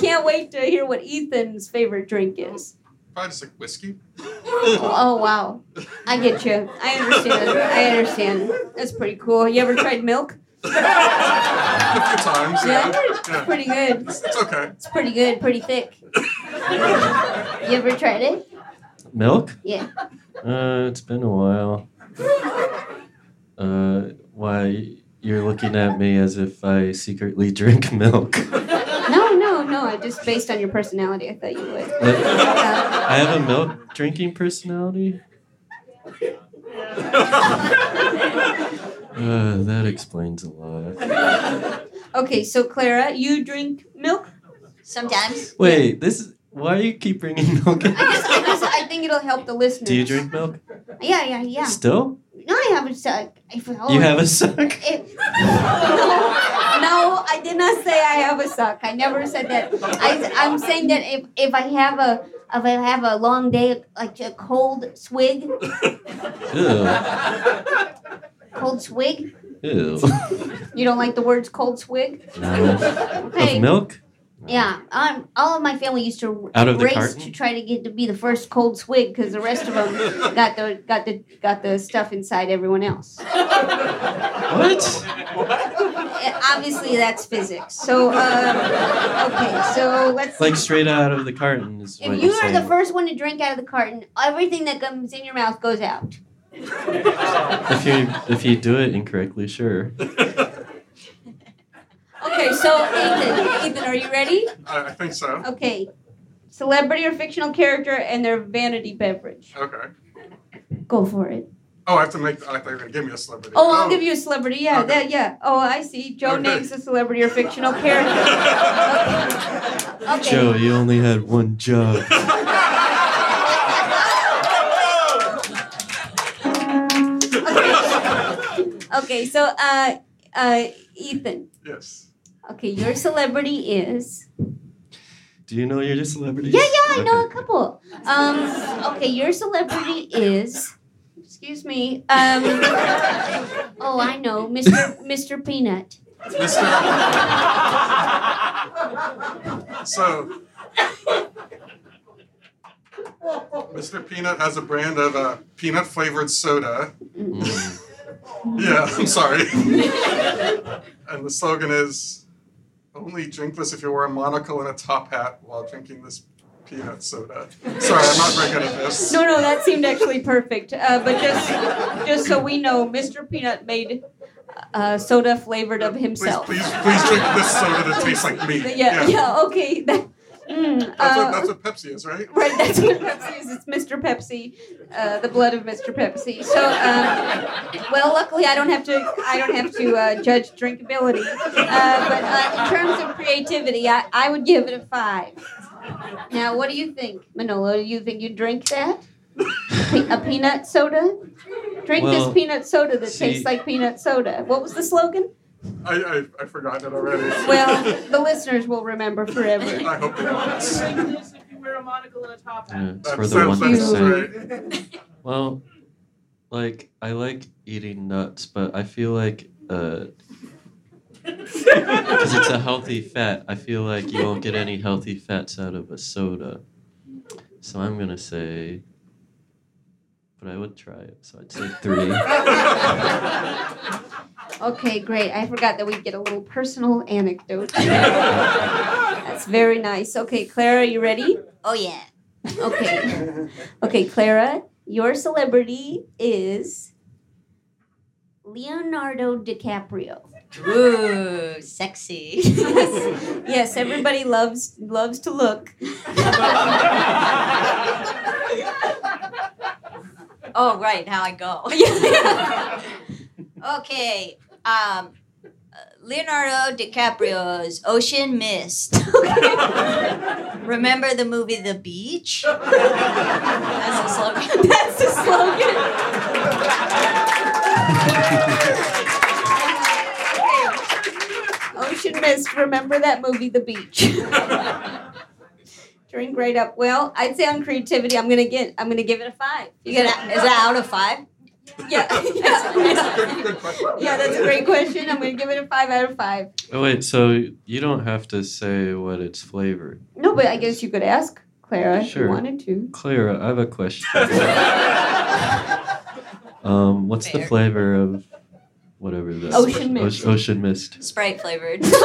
S2: can't wait to hear what Ethan's favorite drink is.
S7: Probably just like whiskey.
S2: Oh wow, I get you. I understand. I understand. That's pretty cool. You ever tried milk?
S7: A few times,
S2: Yeah.
S7: yeah.
S2: It's pretty good.
S7: It's okay.
S2: It's pretty good. Pretty thick. You ever tried it?
S3: Milk?
S2: Yeah.
S3: Uh, it's been a while. Uh, why you're looking at me as if I secretly drink milk?
S2: No, no, no. I just based on your personality, I thought you would.
S3: Like,
S2: Yeah.
S3: I have a milk drinking personality. Uh, that explains a lot.
S2: Okay, so Clara, you drink milk?
S6: Sometimes.
S3: Wait, this is why you keep bringing milk. In?
S2: I guess I, guess I think it'll help the listeners.
S3: Do you drink milk
S2: Yeah, yeah, yeah.
S3: still?
S2: No, I haven't said. I forgot.
S3: You have a suck.
S2: It- no, I did not say I have a suck. I never said that. I, I'm saying that if, if I have a if I have a long day, like a cold swig,
S3: Ew.
S2: cold swig.
S3: Ew.
S2: You don't like the words cold swig?
S3: No. Of
S2: Hey,
S3: milk?
S2: yeah. Um, all of my family used to
S3: Out of the
S2: race
S3: carton?
S2: to try to get to be the first cold swig because the rest of them got the got the got the stuff inside everyone else.
S3: What?
S2: Uh, Obviously, that's physics. So uh, okay, so let's
S3: Like straight out of the carton is what
S2: If you
S3: you're
S2: are
S3: saying.
S2: the first one to drink out of the carton, everything that comes in your mouth goes out.
S3: If you if you do it incorrectly, sure.
S2: Okay, so Ethan, Ethan, are you ready?
S7: I, I think so.
S2: Okay. Celebrity or fictional character and their vanity beverage.
S7: Okay.
S2: Go for it.
S7: Oh, I have to make. I thought you were gonna give me a celebrity.
S2: Oh, I'll give you a celebrity. Yeah,
S7: Okay.
S2: that yeah. Oh, I see. Joe
S7: Okay.
S2: names a celebrity or fictional character. Okay.
S3: Joe, you only had one job.
S2: Okay, so uh uh Ethan.
S7: Yes.
S2: Okay, your celebrity is
S3: Do you know you're a celebrity?
S2: Yeah, yeah, I know a couple. Um, okay, your celebrity is. Excuse me. Um, oh, I know, Mr. Mr. Peanut.
S7: Mr. so, Mr. Peanut has a brand of uh, peanut flavored soda.
S2: Mm-hmm.
S7: yeah, I'm sorry. and the slogan is only drink this if you wear a monocle and a top hat while drinking this peanut soda. Sorry, I'm not very good at this.
S2: No, no, that seemed actually perfect. Uh, but just, just so we know, Mr. Peanut made uh, soda flavored of
S7: Please,
S2: himself.
S7: please, please drink this soda that tastes like me.
S2: Yeah, yeah, okay. That, mm,
S7: That's,
S2: uh,
S7: what, that's what Pepsi is, right?
S2: Right, that's what Pepsi is. It's Mr. Pepsi, uh, the blood of Mr. Pepsi. So, um, well, luckily I don't have to. I don't have to uh, judge drinkability. Uh, but uh, in terms of creativity, I, I would give it a five. Now, what do you think, Manolo? Do you think you drink that? Pe- A peanut soda? Drink
S3: Well,
S2: this peanut soda that
S3: see-
S2: tastes like peanut soda. What was the slogan?
S7: I, I, I've forgotten it already.
S2: Well, the listeners will remember forever.
S7: I hope they don't.
S4: Drink this if you wear a monocle and a top hat.
S3: Yeah, it's
S7: That
S3: for the
S7: sounds-
S3: one
S7: that sounds
S3: percent.
S7: right.
S3: Well, like I like eating nuts, but I feel like because it's a healthy fat, I feel like you won't get any healthy fats out of a soda. So I'm gonna say, but I would try it. So I'd say three.
S2: Okay, great. I forgot that we get a little personal anecdote. That's very nice. Okay, Clara, you ready?
S6: Oh yeah.
S2: Okay. Okay, Clara, your celebrity is Leonardo DiCaprio.
S6: Ooh, sexy.
S2: Yes. Yes, everybody loves loves to look.
S6: oh right, now I go. okay. Um, uh, Leonardo DiCaprio's Ocean Mist. Remember the movie The Beach? That's the slogan. That's the slogan.
S2: Ocean Mist, remember that movie, The Beach. During grade up. Well, I'd say on creativity, I'm gonna get I'm gonna give it a five.
S6: You gonna, is that out of five?
S2: Yeah. yeah.
S7: Good, good question.
S2: Yeah, that's a great question. I'm gonna give it a five out of five.
S3: oh wait, so you don't have to say what it's flavored.
S2: No, but I guess you could ask Clara if you
S3: Sure.
S2: wanted to.
S3: Clara, I have a question. um, what's the
S6: Fair.
S3: flavor of whatever the
S2: Ocean mist.
S3: O- ocean mist.
S6: Sprite flavored.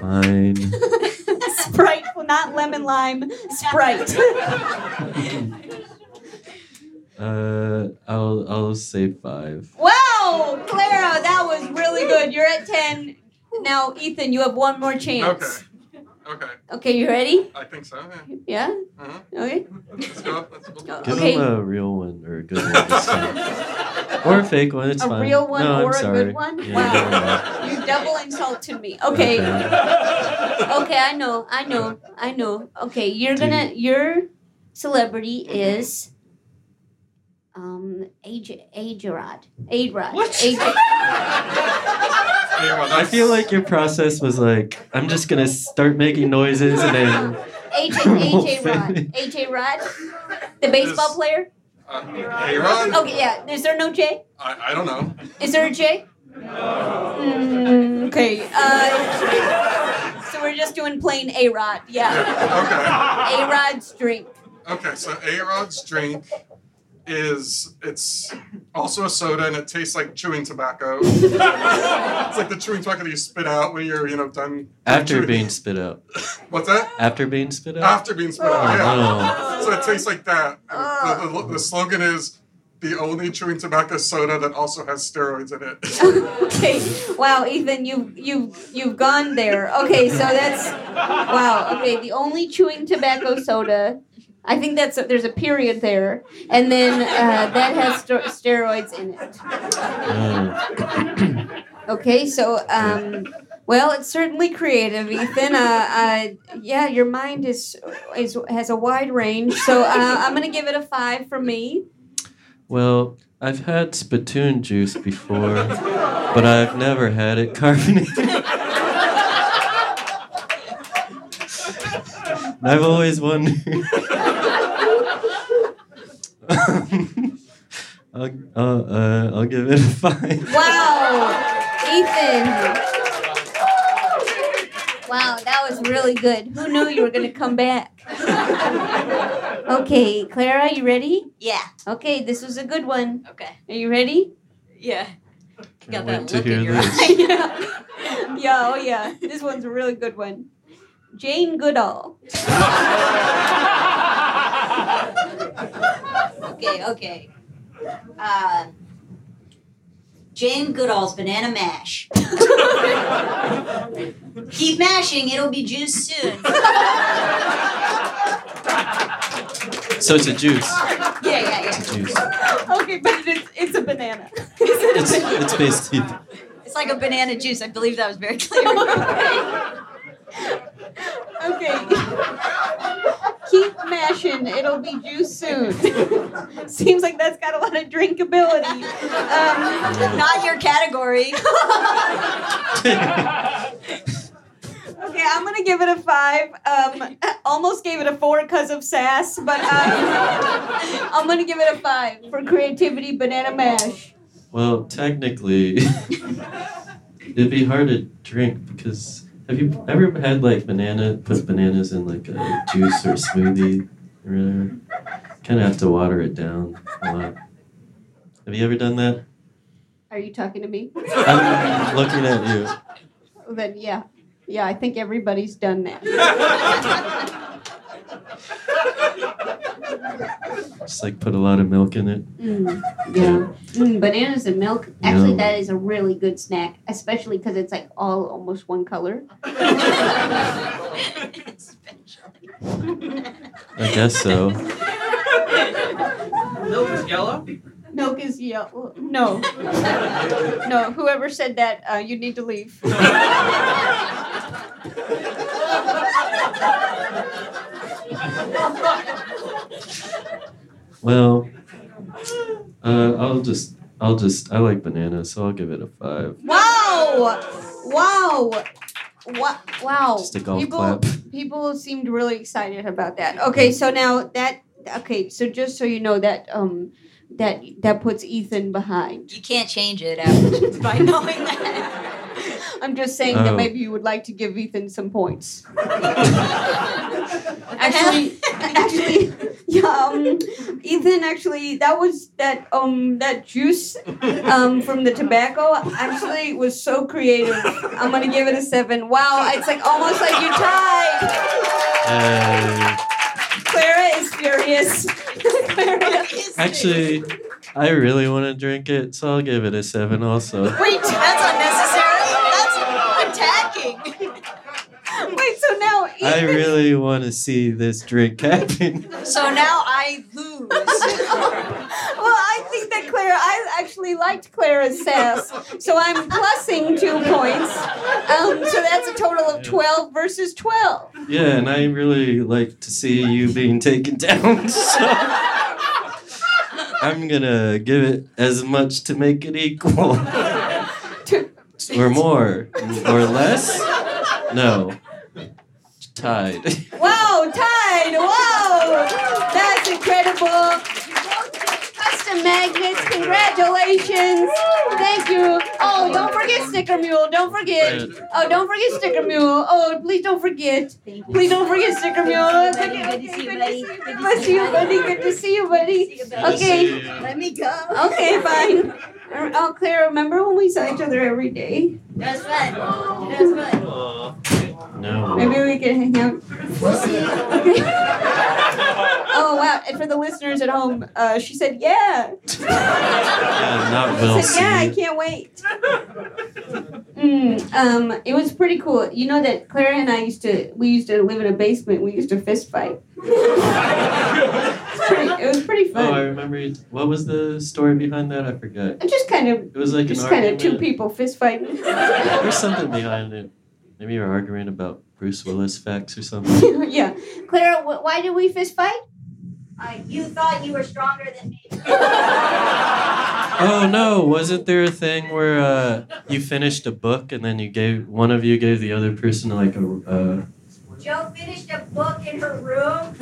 S3: Fine.
S2: Sprite, well, not lemon lime. Sprite.
S3: Uh, I'll I'll say five.
S2: wow, Clara, that was really good. You're at ten. Now, Ethan, you have one more
S7: Okay.
S2: chance.
S7: Okay.
S2: Okay, you ready?
S7: I think so. Yeah. Oh,
S2: Yeah.
S7: Uh-huh.
S2: Okay.
S7: Let's go. Let's, we'll-
S2: Go.
S3: Give
S2: Okay.
S3: him a real one or a good one this time. or a fake one. It's
S2: A
S3: fine.
S2: real one
S3: no,
S2: or
S3: I'm
S2: a
S3: sorry.
S2: good one?
S3: Yeah,
S2: Wow.
S3: never mind.
S2: You double insulted me. Okay.
S3: Okay.
S2: Okay, I know. I know. I know. Okay, you're gonna your celebrity is um AJ Agerod. Agerod.
S5: What?
S2: AJ.
S7: Yeah, well,
S3: I
S7: that's-
S3: feel like your process was like I'm just gonna start making noises and then
S2: AJ AJ Rod. AJ Rod. The baseball
S7: Is-
S2: player?
S7: Uh, Aaron?
S2: Okay, yeah. Is there no J?
S7: I, I don't know.
S2: Is there a J? Mm, okay. Uh, so we're just doing plain A Rod. Yeah.
S7: Yeah.
S2: A Rod's drink.
S7: Okay. Okay. So Aaron's drink is it's also a soda and it tastes like chewing tobacco. it's like the chewing tobacco that you spit out when you're you know done.
S3: after
S7: chewing.
S3: being spit out.
S7: What's that?
S3: After being spit out.
S7: After being spit out. Yeah.
S3: Oh.
S7: So it tastes like that. And the, the, the slogan is. The only chewing tobacco soda that also has steroids in it.
S2: okay. Wow, Ethan, you've you've you've gone there. Okay, so that's wow. Okay, the only chewing tobacco soda. I think that's there's a period there, and then uh, that has ster- steroids in it.
S3: Oh.
S2: Okay, so um, well, it's certainly creative, Ethan. Uh, uh, yeah, your mind is is has a wide range. So uh, I'm gonna give it a five from me.
S3: Well, I've had spittoon juice before, but I've never had it carbonated. And I've always wondered. I'll, I'll, uh, I'll give it a five.
S2: Wow, Ethan. Wow, that was really good. Who knew you were going to come back? Okay, Clara, you ready?
S6: Yeah.
S2: Okay, this was a good one.
S6: Okay.
S2: Are you ready?
S6: Yeah. You got
S3: Can't wait
S6: that
S3: to
S6: look
S3: hear
S6: in your
S3: this.
S6: eye.
S2: yeah. yeah, oh yeah. This one's a really good one. Jane Goodall.
S6: Okay, okay. Uh, Jane Goodall's banana mash. Keep mashing, it'll be juice soon.
S3: So it's a juice.
S6: Yeah, yeah, yeah.
S3: Juice.
S2: Okay, but it's, it's a banana.
S3: It's, it's basically.
S6: It's like a banana juice. I believe that was very clear.
S2: Okay. Keep mashing. It'll be juice soon. Seems like that's got a lot of drinkability. Um,
S6: Not your category.
S2: okay, I'm gonna give it a five. Um, almost gave it a four because of sass, but um, I'm gonna give it a five for creativity. Banana mash.
S3: Well, technically, it'd be hard to drink because have you ever had like banana, put bananas in like a juice or smoothie or whatever? Kind of have to water it down a lot. Have you ever done that?
S8: Are you talking to me?
S3: I'm looking at you.
S8: then yeah, yeah. I think everybody's done that.
S3: Just like put a lot of milk in it.
S8: Mm, yeah. Mm, bananas and milk. Actually,
S3: Yeah.
S8: that is a really good snack, especially because it's like all almost one color.
S3: I guess so.
S5: Milk is yellow.
S2: Milk is yellow. No, no. Whoever said that, uh, you need to leave.
S3: Well, uh, I'll just, I'll just, I like bananas, so I'll give it a five.
S2: Wow! Wow! Wa- Wow!
S3: Just a golf
S2: people,
S3: clap.
S2: people seemed really excited about that. Okay, so now that okay, so just so you know that um that that puts Ethan behind.
S9: You can't change it after, by knowing that.
S2: I'm just saying that
S3: Oh.
S2: maybe you would like to give Ethan some points.
S9: Actually,
S2: actually, yeah, um, Ethan. Actually, that was that um that juice um from the tobacco actually was so creative. I'm gonna give it a seven. Wow, it's like almost like you tied.
S3: Yay.
S2: Clara is furious. Clara.
S3: Actually, I really want to drink it, so I'll give it a seven also.
S9: wait, that's unnecessary. That's attacking.
S2: Wait, so now
S3: I
S2: Ethan-
S3: really want to see this drink happen.
S9: So now I lose.
S2: well, I think that Clara. I actually liked Clara's sass, so I'm plussing two points. Um, so that's a total of twelve versus twelve.
S3: Yeah, and I really like to see you being taken down, so I'm gonna give it as much to make it equal.
S2: Two-
S3: Or more. Or less? No. Tied.
S2: Wow, tied! Wow, that's incredible. Custom magnets, congratulations! Thank you. Oh, don't forget Sticker Mule. Don't forget. Oh, don't forget Sticker Mule. Oh, please don't forget. Please don't forget Sticker Mule.
S9: Good to see you, buddy.
S2: Good to see you, buddy. Good to see you, buddy. Okay.
S9: Let me go.
S2: Okay, fine. Oh, Claire, remember when we saw each other every day?
S9: That's fun. That's fun.
S2: Maybe
S3: No.
S2: we could hang out. Okay. Oh, wow. And for the listeners at home, uh, she said, yeah.
S3: Yeah, not
S2: I
S3: Will
S2: said, yeah, I
S3: C.
S2: can't wait. Mm, um, it was pretty cool. You know that Clara and I used to we used to live in a basement. We used to fist fight. It's pretty, it was pretty
S3: Oh, I
S2: fun.
S3: remember. You what was the story behind that? I forget.
S2: And just kind of
S3: It was like
S2: just
S3: an
S2: kind of
S3: argument.
S2: two people fist fighting.
S3: There's something behind it. Maybe you're arguing about Bruce Willis facts or something.
S2: yeah, Clara, wh- why did we fist fight?
S9: Uh, you thought you were stronger than me.
S3: Oh no! Wasn't there a thing where uh, you finished a book and then you gave one of you gave the other person like a uh,
S9: Joe finished a book in her room.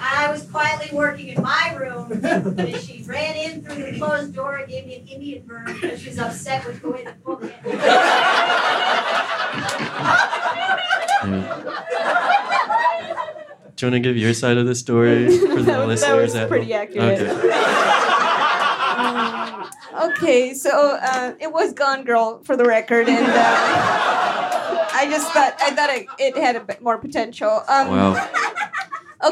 S9: I was quietly working in my room, and she ran in through the closed door and gave me an Indian burn because she was upset with the way the book ended.
S3: yeah. Do you want to give your side of the story for the
S2: That was- that
S3: listeners
S2: was
S3: at
S2: pretty
S3: home?
S2: accurate.
S3: Okay.
S2: Um, okay, so uh, it was Gone Girl for the record, and uh, I just thought I thought it, it had a bit more potential. Um,
S3: Wow.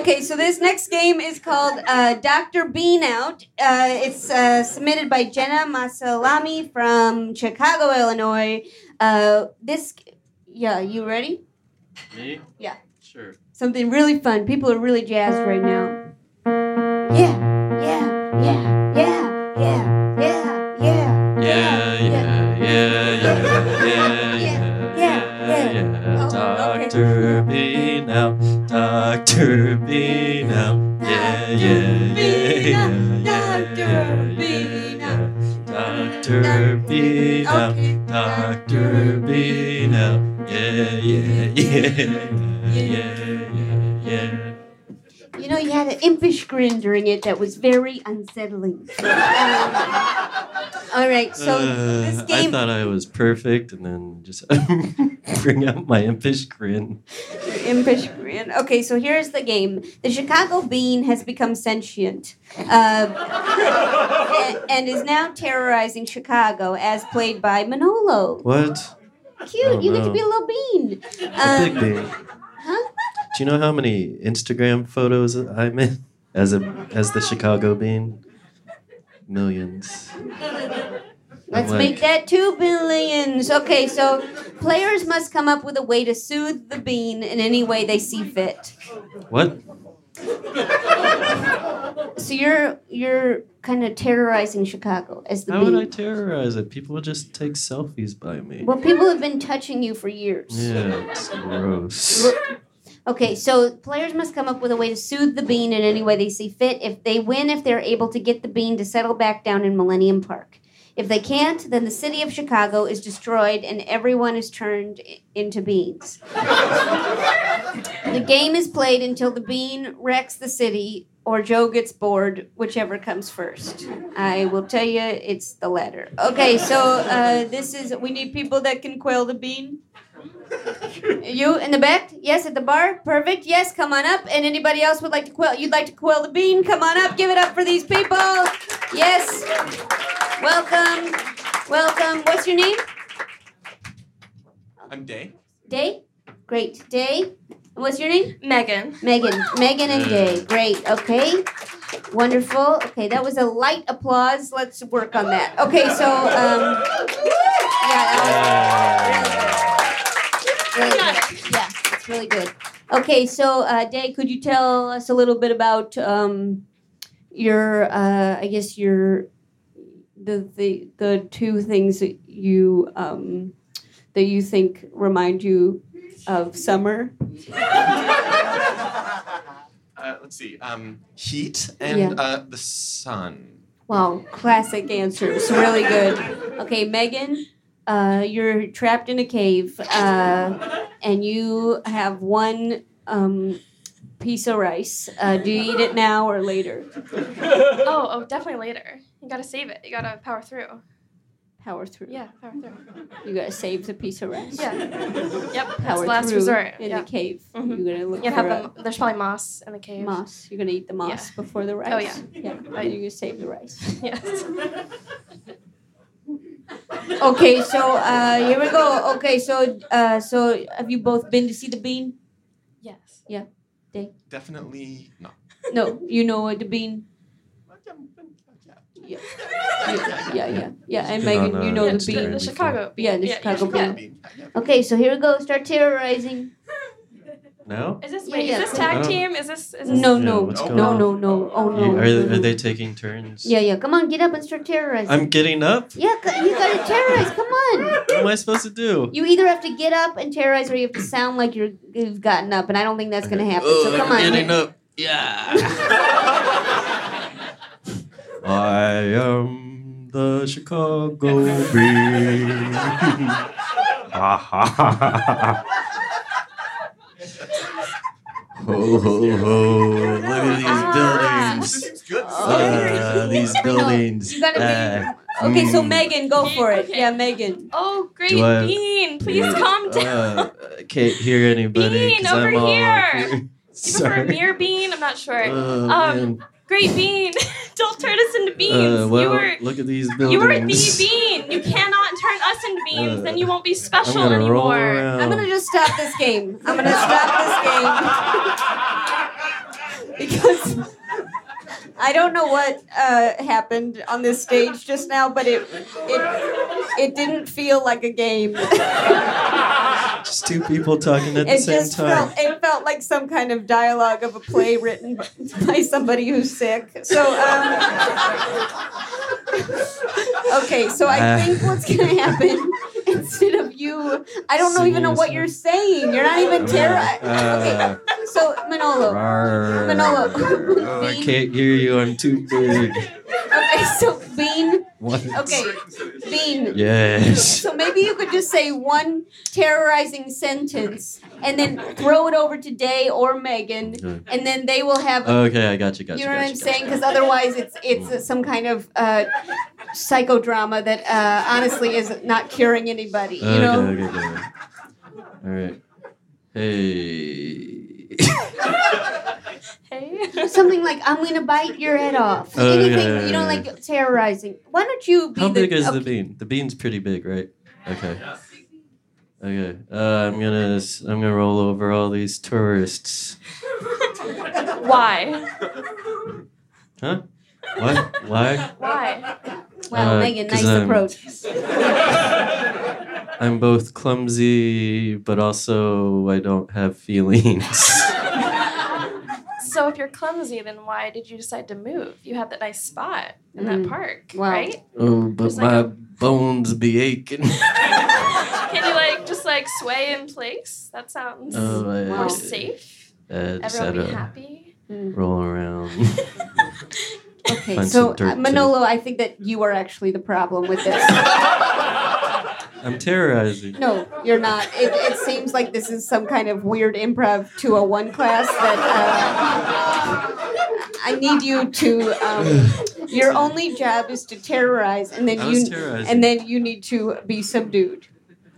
S2: Okay, so this next game is called uh, Dr. Bean Out. Uh, it's uh, submitted by Jenna Masalami from Chicago, Illinois. Uh, this, yeah, you ready?
S3: Me?
S2: Yeah.
S3: Sure.
S2: Something really fun. People are really jazzed right now. Yeah, yeah, yeah, yeah, yeah, yeah, yeah.
S3: Yeah, yeah, yeah, yeah, yeah, yeah, yeah, yeah.
S2: Oh, okay.
S3: Doctor B now, Doctor B now. Yeah, yeah, yeah, yeah, yeah, yeah. Doctor B now, Doctor B now. Yeah, yeah, yeah, yeah, yeah, yeah, yeah.
S2: You know, you had an impish grin during it that was very unsettling. Um, all right, so this
S3: Uh, I
S2: game.
S3: thought I was perfect, and then just bring out my impish grin.
S2: impish grin. Okay, so here's the game. The Chicago bean has become sentient uh, and, and is now terrorizing Chicago, as played by Manolo.
S3: What?
S2: Cute,
S3: Oh,
S2: you get to
S3: no.
S2: be a little bean.
S3: A
S2: Um,
S3: big bee.
S2: huh?
S3: Do you know how many Instagram photos I'm in as a as the Chicago bean? Millions.
S2: Let's
S3: Like-
S2: make that two billions. Okay, so players must come up with a way to soothe the bean in any way they see fit.
S3: What?
S2: So you're you're kind of terrorizing Chicago as the
S3: How would I
S2: bean.
S3: terrorize it? People would just take selfies by me.
S2: Well, people have been touching you for years.
S3: Yeah, it's gross.
S2: Okay, so players must come up with a way to soothe the bean in any way they see fit. If they win, if they're able to get the bean to settle back down in Millennium Park. If they can't, then the city of Chicago is destroyed and everyone is turned i- into beans. the game is played until the bean wrecks the city or Joe gets bored, whichever comes first. I will tell you it's the latter. Okay, so uh, this is we need people that can quail the bean. You in the back? Yes, at the bar. Perfect. Yes, come on up. And anybody else would like to quell? You'd like to quell the bean? Come on up. Give it up for these people. Yes. Welcome. Welcome. What's your name?
S1: I'm Day.
S2: Day. Great. Day. And What's your name?
S4: Megan.
S2: Megan. Megan and Day.
S3: Yeah.
S2: Great. Okay. Wonderful. Okay, that was a light applause. Let's work on that. Okay, so um, yeah. That was, Really good. Yeah, it's really good. Okay, so uh, Day, could you tell us a little bit about um, your, uh, I guess your, the the the two things that you um, that you think remind you of summer?
S10: Uh, let's see. Um, heat and
S2: Yeah.
S10: uh, the sun.
S2: Wow, classic answers. Really good. Okay, Megan, uh, you're trapped in a cave, uh, and you have one um, piece of rice. Uh, do you eat it now or later?
S4: Oh, oh, definitely later. You gotta save it. You gotta power through.
S2: Power through.
S4: Yeah, power through.
S2: You gotta save the piece of rice.
S4: Yeah. Yep. That's
S2: Power
S4: the last
S2: through
S4: resort.
S2: in
S4: yeah.
S2: the cave.
S4: Mhm.
S2: You're gonna look
S4: You
S2: for
S4: have them. There's probably moss in the
S2: a
S4: cave.
S2: moss. You're gonna eat the moss before the rice.
S4: Oh,
S2: Yeah. And you're gonna save the rice.
S4: Yes.
S2: okay, so uh, here we go. Okay, so uh, so have you both been to see the bean?
S4: Yes.
S10: Definitely not.
S2: No, you know what the bean. Yeah, yeah, yeah, yeah. yeah. And
S3: Good on,
S2: Megan, you
S3: uh,
S2: know
S4: yeah,
S2: the bean.
S4: The, the Chicago. beat.
S2: Yeah, the Chicago
S4: yeah.
S2: beat. Okay, so here we go. Start terrorizing.
S3: No?
S4: Is this
S2: Yeah,
S4: wait?
S2: yeah,
S4: Is this
S2: cool.
S4: tag
S3: Oh.
S4: team? Is this is this
S2: No,
S3: Yeah,
S2: no,
S3: what's
S2: no,
S3: going
S2: no,
S3: on?
S2: no, no. Oh
S3: You-
S2: no.
S3: are,
S2: no,
S3: are
S2: no.
S3: they taking turns?
S2: Yeah, yeah. Come on, get up and start terrorizing.
S3: I'm getting up.
S2: yeah, c- you gotta terrorize. Come on.
S3: What am I supposed to do?
S2: You either have to get up and terrorize, or you have to sound like you're, you've gotten up, and I don't think that's gonna happen.
S3: Oh,
S2: so come
S3: I'm
S2: on.
S3: getting up. Yeah. I am the Chicago Bee. ha ha ha ha. Ho ho ho! Look at these
S2: Ah.
S10: This
S3: buildings.
S10: seems good.
S3: Uh, these buildings.
S2: You gotta be-
S3: Uh,
S2: Okay, so
S3: mm.
S2: Megan, go for it.
S4: Okay.
S2: Yeah, Megan.
S4: Oh, great
S3: Do I-
S4: bean! Please
S3: Yeah,
S4: calm down.
S3: Uh, I can't hear anybody.
S4: Bean,
S3: 'cause
S4: over
S3: I'm all
S4: here.
S3: up
S4: Even for a
S3: Sorry.
S4: mere bean, I'm not sure.
S3: Oh,
S4: Um,
S3: man.
S4: Great bean! Don't turn us into beans.
S3: Uh, well,
S4: you were
S3: look at these
S4: you were the
S3: buildings.
S4: bean. You cannot turn us into beans. then you won't be
S3: I'm
S4: special
S3: gonna roll
S4: anymore.
S3: around.
S2: I'm gonna just stop this game. I'm gonna stop this game because I don't know what uh, happened on this stage just now, but it it it didn't feel like a game.
S3: just two people talking at the
S2: it
S3: same
S2: just
S3: time.
S2: felt it felt like some kind of dialogue of a play written by, by somebody who's sick. So um, okay, so I
S3: Uh.
S2: think what's gonna happen. Instead of you, I don't know even know what you're saying. You're not even terrorized.
S3: Uh,
S2: So Manolo.
S3: Rawr.
S2: Manolo.
S3: Oh, I can't hear you. I'm too big.
S2: Okay, so Bean.
S3: What?
S2: Okay, Bean.
S3: Yes.
S2: So maybe you could just say one terrorizing sentence and then throw it over to Day or Megan,
S3: Okay.
S2: and then they will have.
S3: Okay, I got you. Got
S2: you
S3: you.
S2: know
S3: Got
S2: what
S3: you.
S2: I'm saying? Because otherwise, it's it's
S3: Mm.
S2: uh, some kind of uh, psychodrama that uh, honestly is not curing anybody. You
S3: okay,
S2: know.
S3: okay, okay, okay. All right. Hey.
S2: Something like I'm gonna bite your head off.
S3: Oh,
S2: Anything
S3: yeah, yeah,
S2: you don't
S3: yeah.
S2: like terrorizing. Why don't you be
S3: How
S2: the
S3: big is
S2: okay,
S3: the bean? The bean's pretty big, right? Okay. Okay. Uh, I'm gonna s- I'm gonna roll over all these tourists.
S4: Why?
S3: Huh? What? Why?
S4: Why?
S2: Wow,
S3: Uh,
S2: Megan,
S3: 'cause
S2: nice
S3: I'm-
S2: approach.
S3: I'm both clumsy, but also I don't have feelings.
S4: So if you're clumsy, then why did you decide to move? You had that nice spot in
S2: Mm.
S4: that park,
S2: Wow.
S4: right?
S3: oh, but
S4: Just like
S3: my
S4: a-
S3: bones be aching.
S4: Can you like just like sway in place? That sounds
S3: Oh, I-
S4: more
S2: Wow.
S4: safe.
S3: I just
S4: Everyone
S3: had
S4: will be
S3: to
S4: happy.
S3: roll around.
S2: Okay,
S3: Find
S2: so
S3: some dirt
S2: uh, Manolo, I think that you are actually the problem with this.
S3: I'm terrorizing.
S2: no, you're not. It, it seems like this is some kind of weird improv 201 class that uh, I need you to. Um, your only job is to terrorize, and then
S3: I
S2: you
S3: was terrorizing.
S2: and then you need to be subdued.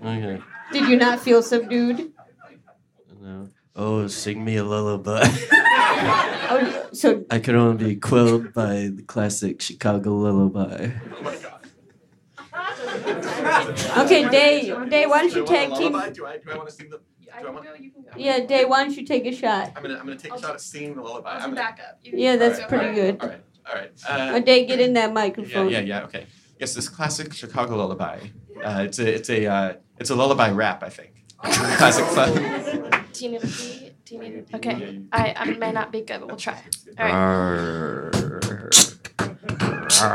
S3: okay.
S2: Did you not feel subdued?
S3: No. Oh, sing me a lullaby.
S2: Oh, so
S3: I could only be quelled by the classic Chicago lullaby.
S4: Oh
S2: okay, Day, Day, why don't you tag team?
S10: Do I, do I want to sing the?
S4: I
S10: Do I
S4: can
S10: want-
S4: go, you can go.
S2: Yeah, Day, why don't you take a shot?
S10: I'm gonna I'm gonna take
S4: I'll
S10: a shot at singing the lullaby.
S4: I'll
S10: I'm
S4: do
S10: gonna,
S4: backup. You can
S2: Yeah,
S4: go.
S2: that's
S10: Alright,
S2: pretty good.
S10: all right, all right.
S2: Oh,
S10: Uh,
S2: Day, get in that
S10: yeah,
S2: microphone.
S10: yeah, yeah. Okay. Yes, this classic Chicago lullaby. Uh, it's a it's a uh, it's a lullaby rap, I think. classic. Fun.
S4: Do you need a key? Do you need? Okay, I, I may not be good, but we'll try. All right.
S3: Arr.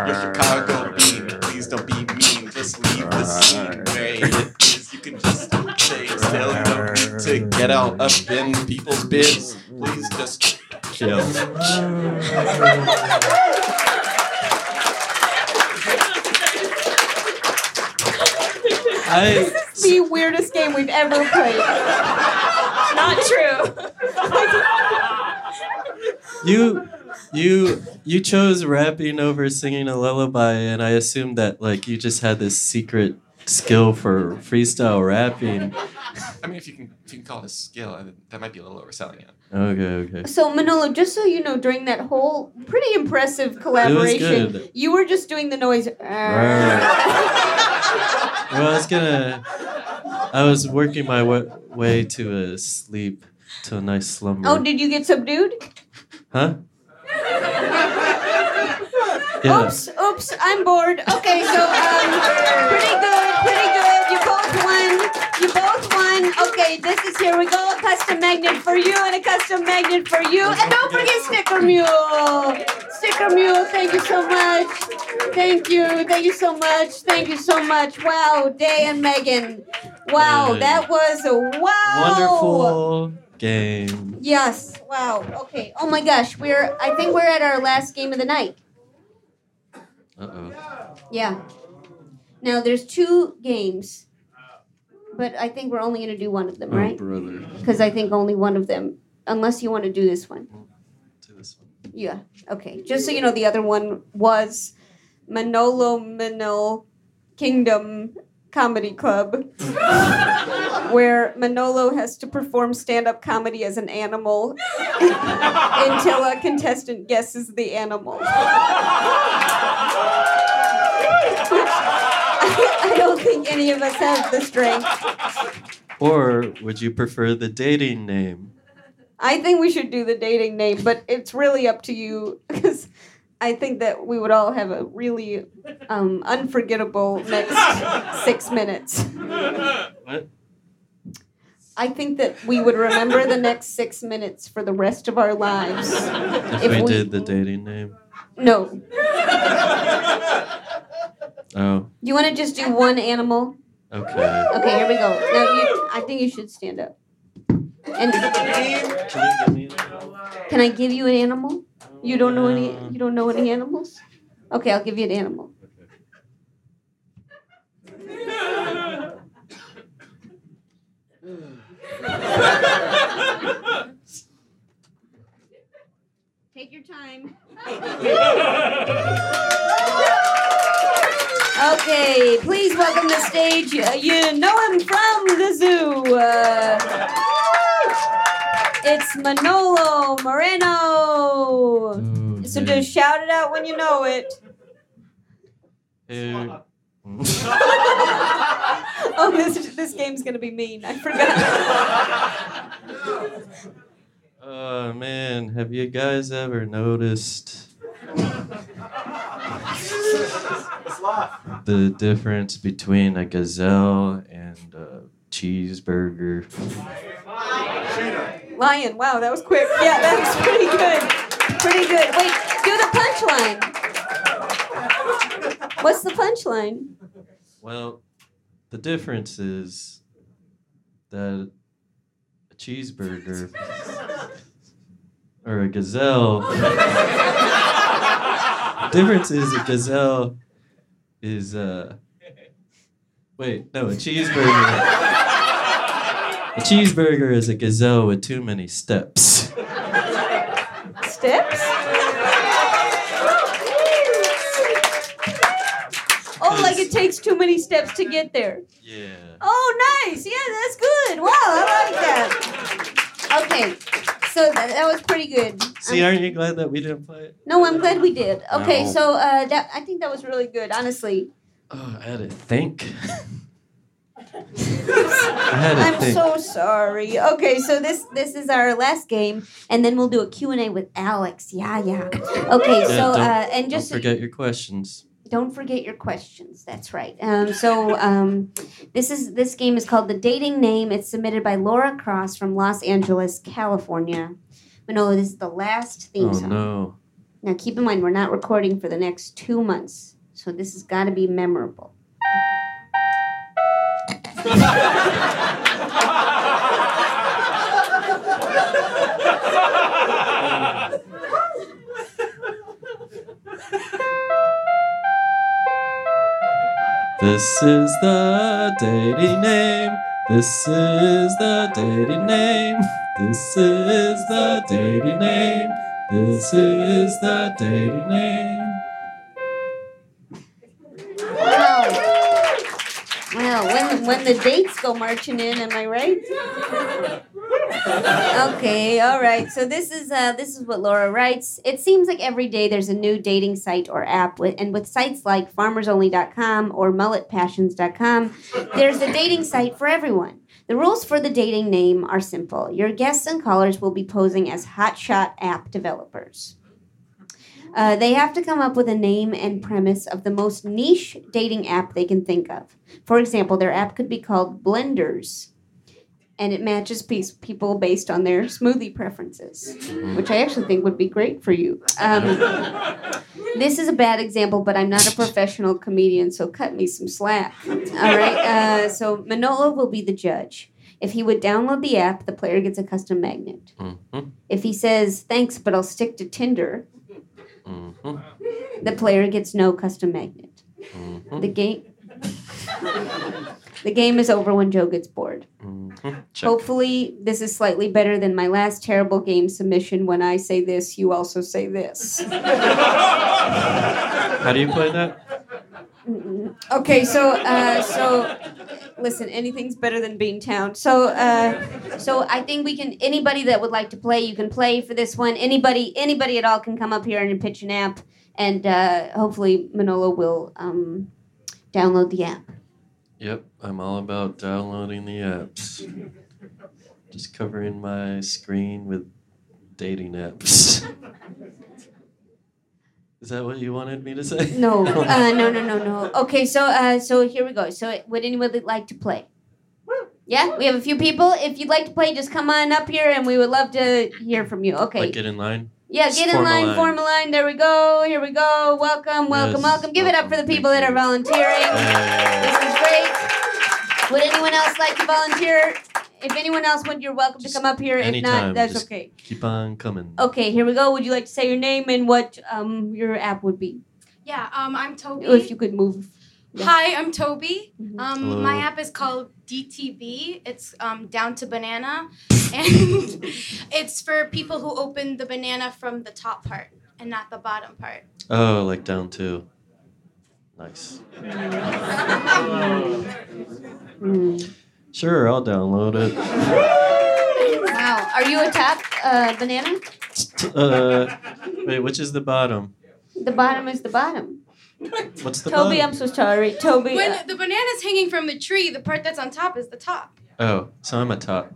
S10: Your Chicago bean, please don't be mean. Just leave the scene where it is. You can just say it's still no need to get out of in people's bids. Please just chill.
S3: I
S2: It's the weirdest game we've ever played.
S4: Not
S3: Oh.
S4: true.
S3: you you you chose rapping over singing a lullaby, and I assumed that like you just had this secret skill for freestyle rapping.
S10: I mean, if you can, if you can call it a skill, I mean, that might be a little overselling it.
S3: Okay, okay.
S2: So Manolo, just so you know, during that whole pretty impressive collaboration,
S3: good.
S2: you were just doing the noise.
S3: Well, I was gonna. I was working my wa- way to a sleep, to a nice slumber.
S2: Oh, did you get subdued?
S3: huh? Yeah.
S2: Oops, oops, I'm bored. Okay, so um, pretty good, pretty good. You both won. You both won. Okay, this is here we go. Custom magnet for you and a custom magnet for you. And don't forget Sticker Mule. Sticker Mule, thank you so much. Thank you, thank you so much. Thank you so much. Wow, Day and Megan. Wow,
S3: Yay.
S2: that was a wow.
S3: Wonderful game.
S2: Yes. Wow. Okay. Oh my gosh. We're. I think we're at our last game of the night.
S3: Uh oh.
S2: Yeah. Now there's two games, but I think we're only gonna do one of
S1: Mm,
S2: them,
S3: Oh
S2: right?
S3: brother.
S2: Because I think only one of them, unless you want to do this one.
S3: Do this one.
S2: Yeah. Okay. Just so you know, the other one was Manolo Manil Kingdom Comedy Club, where Manolo has to perform stand-up comedy as an animal until a contestant guesses the animal. I don't think any of us have the strength.
S3: Or would you prefer the dating name?
S2: I think we should do the dating name, but it's really up to you because I think that we would all have a really um, unforgettable next six minutes.
S3: What?
S2: I think that we would remember the next six minutes for the rest of our lives.
S3: If,
S2: If
S3: we,
S2: we-
S3: did the dating name.
S2: No.
S3: Oh,
S2: You want to just do one animal?
S3: okay.
S2: Okay, here we go. Now you, I think you should stand up. And can I give you an animal? You don't know any. You don't know any animals. Okay, I'll give you an animal. Take your time. Okay, please welcome to stage. uh, You know him from the zoo. Uh, it's Manolo Moreno. So
S3: Okay.
S2: just shout it out when you know it.
S3: Hey.
S2: Oh, this this game's gonna be mean. I forgot.
S3: Oh man, have you guys ever noticed the difference between a gazelle and a cheeseburger?
S2: Lion. Wow, that was quick. Yeah, that was pretty good. Pretty good. Wait, do the punchline. What's the punchline?
S3: Well, the difference is that a cheeseburger or a gazelle. the difference is a gazelle is uh wait, no, a cheeseburger. A cheeseburger is a gazelle with too many steps.
S2: Steps. Oh, like it takes too many steps to get there.
S3: Yeah.
S2: Oh, nice. Yeah, that's good. Wow, I like that. Okay, so that, that was pretty good.
S3: See, aren't you glad that we didn't play it?
S2: No, I'm glad we did. Okay,
S3: No.
S2: so uh, that I think that was really good, honestly.
S3: Oh, I had to think. I had to
S2: I'm
S3: think.
S2: so sorry. Okay, so this this is our last game, and then we'll do a Q and A with Alex. Yeah, yeah. Okay,
S3: Yeah,
S2: so
S3: don't-
S2: uh, and just
S3: Don't forget your questions.
S2: don't forget your questions. That's right. Um, so um, this is this game is called the dating name. It's submitted by Laura Cross from Los Angeles, California. Manolo, this is the last theme
S3: Oh
S2: song.
S3: no.
S2: Now keep in mind we're not recording for the next two months, so this has got to be memorable.
S3: This is the dating name. This is the dating name. This is the dating name. This is the dating name.
S2: Wow. Wow, when, when the dates go marching in, am I right? Okay, all right. So this is uh, this is what Laura writes. It seems like every day there's a new dating site or app, with, and with sites like FarmersOnly.com or MulletPassions.com, there's a dating site for everyone. The rules for the dating name are simple. Your guests and callers will be posing as hotshot app developers. Uh, they have to come up with a name and premise of the most niche dating app they can think of. For example, their app could be called Blenders, and it matches pe- people based on their smoothie preferences, which I actually think would be great for you. Um, this is a bad example, but I'm not a professional comedian, so cut me some slack. All right, uh, so Manolo will be the judge. If he would download the app, the player gets a custom magnet.
S3: Mhm.
S2: If he says, thanks, but I'll stick to Tinder,
S3: Mhm.
S2: the player gets no custom magnet. The game. the game is over when Joe gets bored.
S3: Mhm. Check.
S2: Hopefully, this is slightly better than my last terrible game submission. When I say this, you also say this.
S3: How do you play that?
S2: Okay, so uh, so listen, anything's better than being town. So uh, so I think we can. Anybody that would like to play, you can play for this one. Anybody, anybody at all can come up here and pitch an app, and uh, hopefully Manolo will um, download the app.
S3: Yep, I'm all about downloading the apps. Just covering my screen with dating apps. Is that what you wanted me to say?
S2: No, uh, no, no, no, no. Okay, so uh, so here we go. So would anybody like to play? Yeah, we have a few people. If you'd like to play, just come on up here, and we would love to hear from you. Okay.
S3: Like get in line.
S2: yeah, get in
S3: form a
S2: line,
S3: line.
S2: form a line. There we go. Here we go. Welcome, welcome,
S3: Yes,
S2: welcome. Give it up for the
S3: welcome.
S2: people that are volunteering.
S3: Uh,
S2: This is great. Would anyone else like to volunteer? If anyone else would, you're welcome to come up here. If
S3: Anytime,
S2: not, that's
S3: just-
S2: okay.
S3: Keep on coming.
S2: Okay, here we go. Would you like to say your name and what um, your app would be?
S4: Yeah, um, I'm Toby.
S2: Oh, If you Mm-hmm. could move. Yeah.
S4: Hi, I'm Toby.
S3: Hello.
S4: Um, my app is called DTB. It's um, down to banana, and it's for people who open the banana from the top part and not the bottom part.
S3: Oh, like down two. Nice. Sure, I'll download it.
S2: Wow. Are you a top uh, banana?
S3: Uh, wait, which is the bottom?
S2: The bottom is the bottom.
S3: What's the
S2: Toby,
S3: bottom?
S2: I'm so sorry. Toby.
S4: When
S2: uh,
S4: the banana's hanging from the tree, the part that's on top is the top.
S3: Oh, so I'm a top.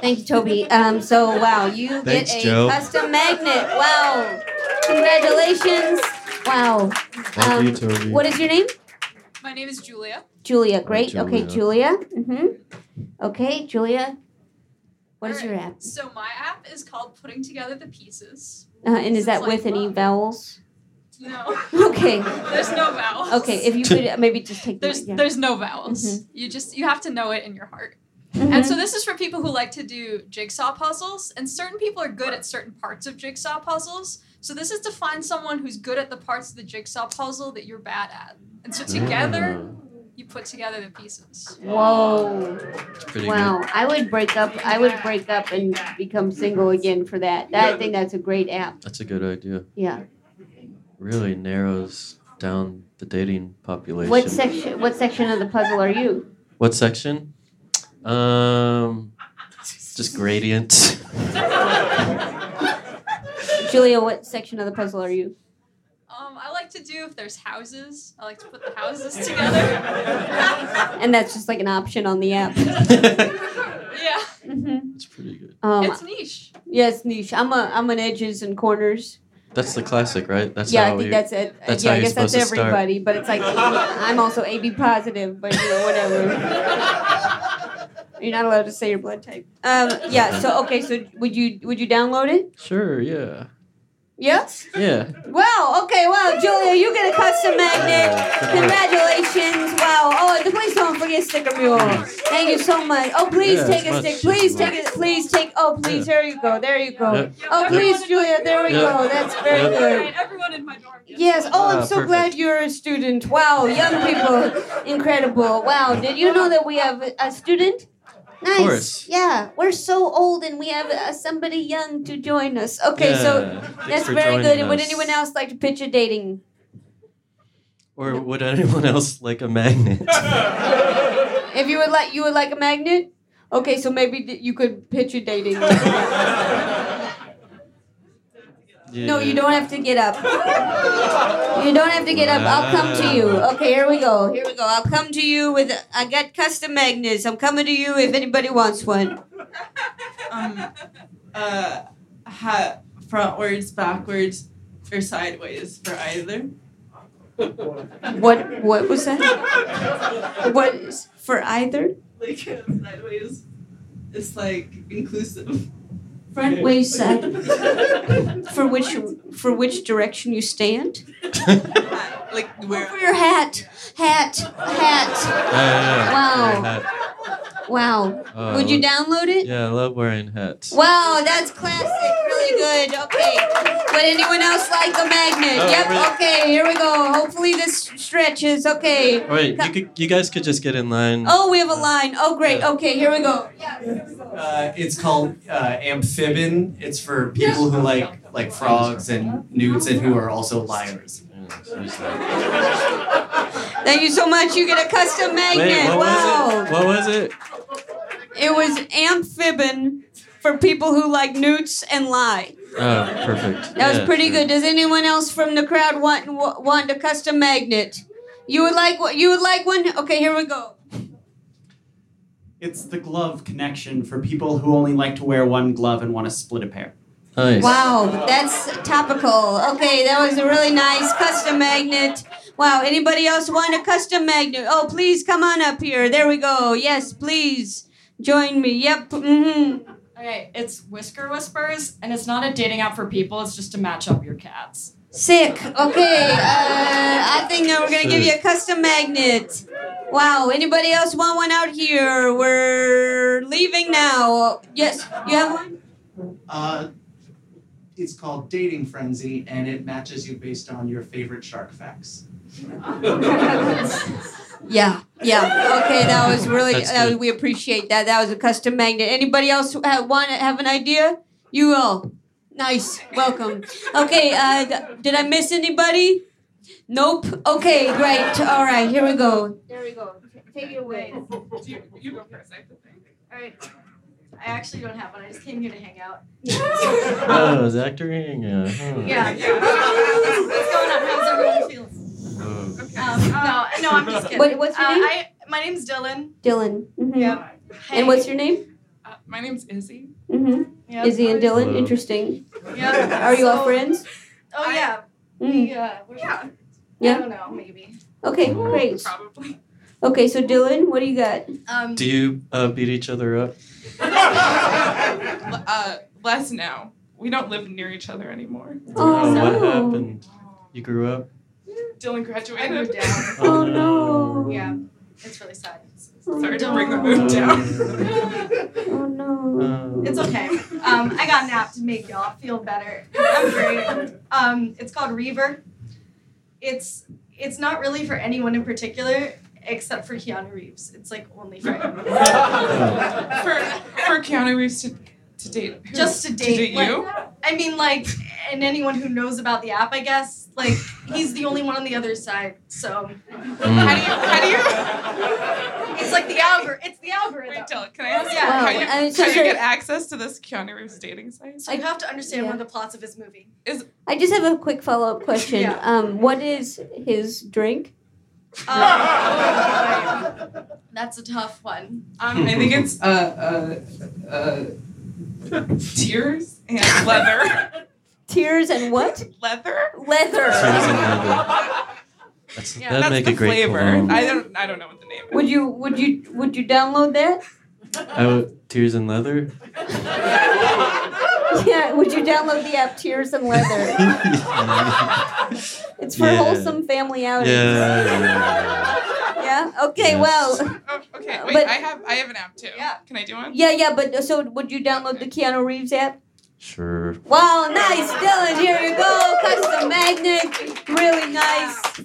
S2: thank you, Toby. Um, so, wow, you
S3: Thanks,
S2: get a
S3: Joe.
S2: custom magnet. Wow. Congratulations. Wow.
S3: Thank
S2: Um,
S3: you, Toby.
S2: What is your name?
S11: My name is Julia.
S2: Julia. Great. Okay, Julia.
S3: Julia.
S2: hmm Okay, Julia. What is your app?
S11: So my app is called Putting Together the Pieces.
S2: Uh, and is
S11: So it's
S2: that
S11: like
S2: with any
S11: love.
S2: vowels?
S11: No,
S2: Okay.
S11: there's no vowels.
S2: Okay, if you could uh, maybe just take Mm-hmm. the
S11: there's
S2: yeah.
S11: there's no vowels. You just you have to know it in your heart. And
S2: Mhm.
S11: so this is for people who like to do jigsaw puzzles, and certain people are good at certain parts of jigsaw puzzles. So this is to find someone who's good at the parts of the jigsaw puzzle that you're bad at. And so together you put together the pieces.
S2: Whoa.
S3: Mm, pretty
S2: Wow, I would break up. I would break up and become single again for that. that I think that's a great app.
S3: good. That's a good idea.
S2: Yeah.
S3: Really narrows down the dating population.
S2: What section? What section of the puzzle are you?
S3: What section? Um, just gradient.
S2: Julia, what section of the puzzle are you?
S11: Um, I like to do if there's houses. I like to put the houses together.
S2: And that's just like an option on the app.
S3: it's
S11: Yeah,
S2: Mm-hmm.
S3: pretty good.
S2: Um,
S11: it's niche.
S2: yes, niche. I'm a I'm an edges and corners.
S3: That's the classic, right? That's
S2: yeah,
S3: how
S2: I think
S3: you-
S2: that's it.
S3: that's
S2: yeah,
S3: how
S2: I
S3: you're
S2: guess that's
S3: supposed to start.
S2: everybody. But it's like I'm also AB positive, but you know whatever. You're not allowed to say your blood type. Um, yeah. So okay. So would you would you download it?
S3: Sure, yeah.
S2: Yeah.
S3: Yeah.
S2: Wow, okay, wow, Julia, you get a custom magnet.
S3: Yeah.
S2: Congratulations, wow. Oh, and please don't forget Sticker Mule. Thank you so much. Oh, please
S3: Yeah,
S2: take
S3: it's
S2: a stick,
S3: much-
S2: please
S3: it's
S2: take it, please take, oh, please, there you go, there you go. Oh, please, Julia, there we
S3: Yeah.
S2: go, that's very
S3: Yeah.
S2: good.
S11: Right, everyone in my dorm. gets
S2: Yes, oh, I'm
S3: Ah,
S2: so
S3: perfect.
S2: glad you're a student. Wow, young people, incredible. Wow, did you know that we have a- a student? Nice.
S3: course.
S2: Yeah, we're so old and we have uh, somebody young to join us. Okay,
S3: yeah.
S2: so
S3: Thanks
S2: that's
S3: for
S2: very
S3: joining
S2: good. And Would
S3: us.
S2: anyone else like to pitch a dating?
S3: Or would anyone else like a magnet?
S2: If you would like, you would like a magnet. Okay, so maybe th- you could pitch a dating. No, you don't have to get up. You don't have to get up. I'll come to you. Okay, here we go. Here we go. I'll come to you with. I got custom magnets. I'm coming to you if anybody wants one.
S12: um, uh, ha- frontwards, backwards, or sideways for either.
S2: What? What was that? What is for either?
S12: Like uh, sideways, it's like inclusive.
S2: Front way side. For which? For which direction you stand?
S12: like
S2: Oh,
S12: where?
S2: for your hat, hat, hat. Wow. Wow.
S12: Uh,
S2: Would you download it?
S3: Yeah, I love wearing hats.
S2: Wow, that's classic. Really good. Okay. Would anyone else like a magnet?
S3: Oh,
S2: yep.
S3: really?
S2: Okay. Here we go. Hopefully this stretches. Okay.
S3: Wait, you could, you guys could just get in line.
S2: Oh, we have a line. Oh, great.
S3: Yeah.
S2: Okay. Here we go.
S5: Uh, it's called uh, amphibian. It's for people who like like frogs and newts and who are also liars.
S3: Yeah, use that.
S2: Thank you so much. You get a custom magnet.
S3: Wait, what
S2: wow.
S3: was it? What was it?
S2: It was amphibian for people who like newts and lie.
S3: Oh, perfect.
S2: That
S3: Yeah,
S2: was pretty
S3: sure.
S2: good. Does anyone else from the crowd want want a custom magnet? You would like what? You would like one? Okay, here we go.
S5: It's the glove connection for people who only like to wear one glove and want to split a pair.
S3: Nice.
S2: Wow, that's topical. Okay, that was a really nice custom magnet. Wow, anybody else want a custom magnet? Oh, please come on up here. There we go. Yes, please join me. Yep. Mm-hmm.
S13: Okay, it's Whisker Whispers, and it's not a dating app for people. It's just to match up your cats.
S14: Sick. Okay. Uh, I think now we're gonna give you a custom magnet. Wow. Anybody else want one out here? We're leaving now. Yes. You have one.
S15: Uh, it's called Dating Frenzy, and it matches you based on your favorite shark facts.
S14: Yeah. Yeah. Okay. That was really.
S15: That's
S14: That was,
S15: good.
S14: we appreciate that. That was a custom magnet. Anybody else have one? Have an idea? You all. Nice. Welcome. Okay. Uh, d- did I miss anybody? Nope. Okay. Great. All right. Here we go.
S2: There we go. Take it away. you, go first. I have to think.
S16: All right. I actually don't have one. I just came here to hang out.
S3: Oh, Zach Durango. huh.
S16: Yeah. What's going on? How's everyone feeling? Um, no, no, I'm just kidding.
S2: What- what's your
S16: Uh,
S2: name?
S16: I, my name's Dylan.
S2: Dylan.
S14: Mm-hmm.
S2: Mhm. And what's your name?
S16: Uh, my name's Izzy.
S2: Mm-hmm.
S16: Yeah.
S2: Izzy and Dylan.
S16: Hello.
S2: Interesting.
S16: Yeah.
S2: Are you all
S16: So-
S2: friends?
S16: Oh yeah.
S2: Mm.
S14: Mm-hmm.
S16: We, uh, we're, yeah.
S2: Yeah.
S16: I don't know, maybe.
S2: Okay, great. Probably. Okay, so Dylan, what do you got?
S16: Um,
S3: Do you uh, beat each other up?
S12: uh, less now. We don't live near each other anymore.
S2: Oh,
S3: Uh, What happened? You grew up?
S12: Dylan graduated. I moved down.
S3: Oh, no.
S12: Yeah, it's really sad. Sorry to bring the mood down.
S2: Oh no.
S16: It's okay. Um, I got an app to make y'all feel better. I'm great. Um, it's called Reaver. It's it's not really for anyone in particular except for Keanu Reeves. It's like only for him.
S12: for for Keanu Reeves to, to date. who?
S16: Just to date, like-
S12: you.
S16: I mean, like, and anyone who knows about the app, I guess, like, he's the only one on the other side. So how do you? How do you? It's like the algor. It's the algorithm. Wait,
S12: Can I ask
S16: Yeah.
S12: how you,
S16: I mean,
S12: how you
S16: sorry.
S12: get access to this Keanu Reeves dating site?
S16: So you have to understand one of the plots of his movie. Is
S2: I just have a quick follow up question.
S16: Yeah.
S2: Um, what is his drink?
S16: that's a tough one.
S12: Um, I think it's uh, uh, uh, tears and leather.
S2: Tears and what?
S12: leather.
S2: Leather.
S3: That's,
S12: Yeah,
S3: that'd
S12: that's
S3: make
S12: the
S3: a great
S12: flavor.
S3: cologne.
S12: I don't. I don't know.
S2: Would you would you would you download that?
S3: I would- Oh, tears and leather.
S2: yeah, would you download the app Tears and Leather? It's for
S3: Yeah.
S2: wholesome family outings. Yeah? Okay,
S12: Yes.
S2: well.
S12: Oh, Okay, wait.
S2: But-
S12: I have. I have an app too. Yeah. Can I do one?
S2: Yeah, yeah, but so would you download the Keanu Reeves app?
S3: Sure.
S2: Wow, nice, Dylan. Here you go. Custom magnet. Really nice.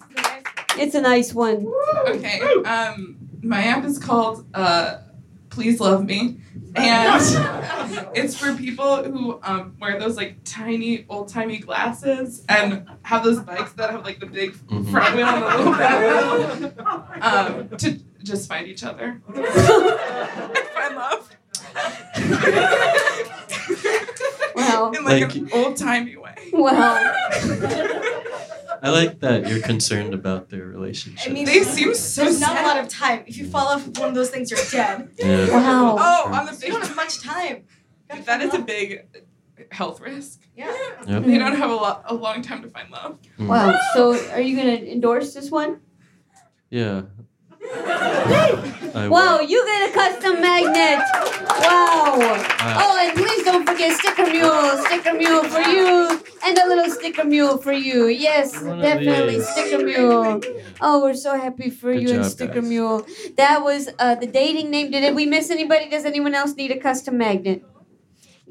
S2: It's a nice one.
S12: Okay. Um, my app is called uh, Please Love Me, and it's for people who um, wear those like tiny old timey glasses and have those bikes that have like the big front wheel and the little back wheel um, to just find each other. find love.
S2: Wow.
S12: In like,
S3: Like-
S12: an old timey way.
S2: Wow.
S3: I like that you're concerned about their relationship.
S16: I mean,
S12: They seem so
S16: There's not
S12: sad.
S16: a lot of time. If you fall off of one of those things, you're dead.
S3: Yeah.
S2: Wow.
S12: Oh, on the
S16: You don't have much time.
S12: That is a big health risk.
S16: Yeah.
S3: Yep.
S12: They don't have a lot, a long time to find love.
S2: Wow. So are you going to endorse this one?
S3: Yeah. I will.
S2: Wow, you get a custom magnet. Wow. Oh, and please don't forget sticker mule, sticker mule for you, and a little sticker mule for you. Yes,
S14: of
S2: definitely
S14: these.
S2: sticker mule. Oh, we're so happy for
S14: Good
S2: you and
S14: job,
S2: sticker mule. That was uh, the dating name. Did we miss anybody? Does anyone else need a custom magnet?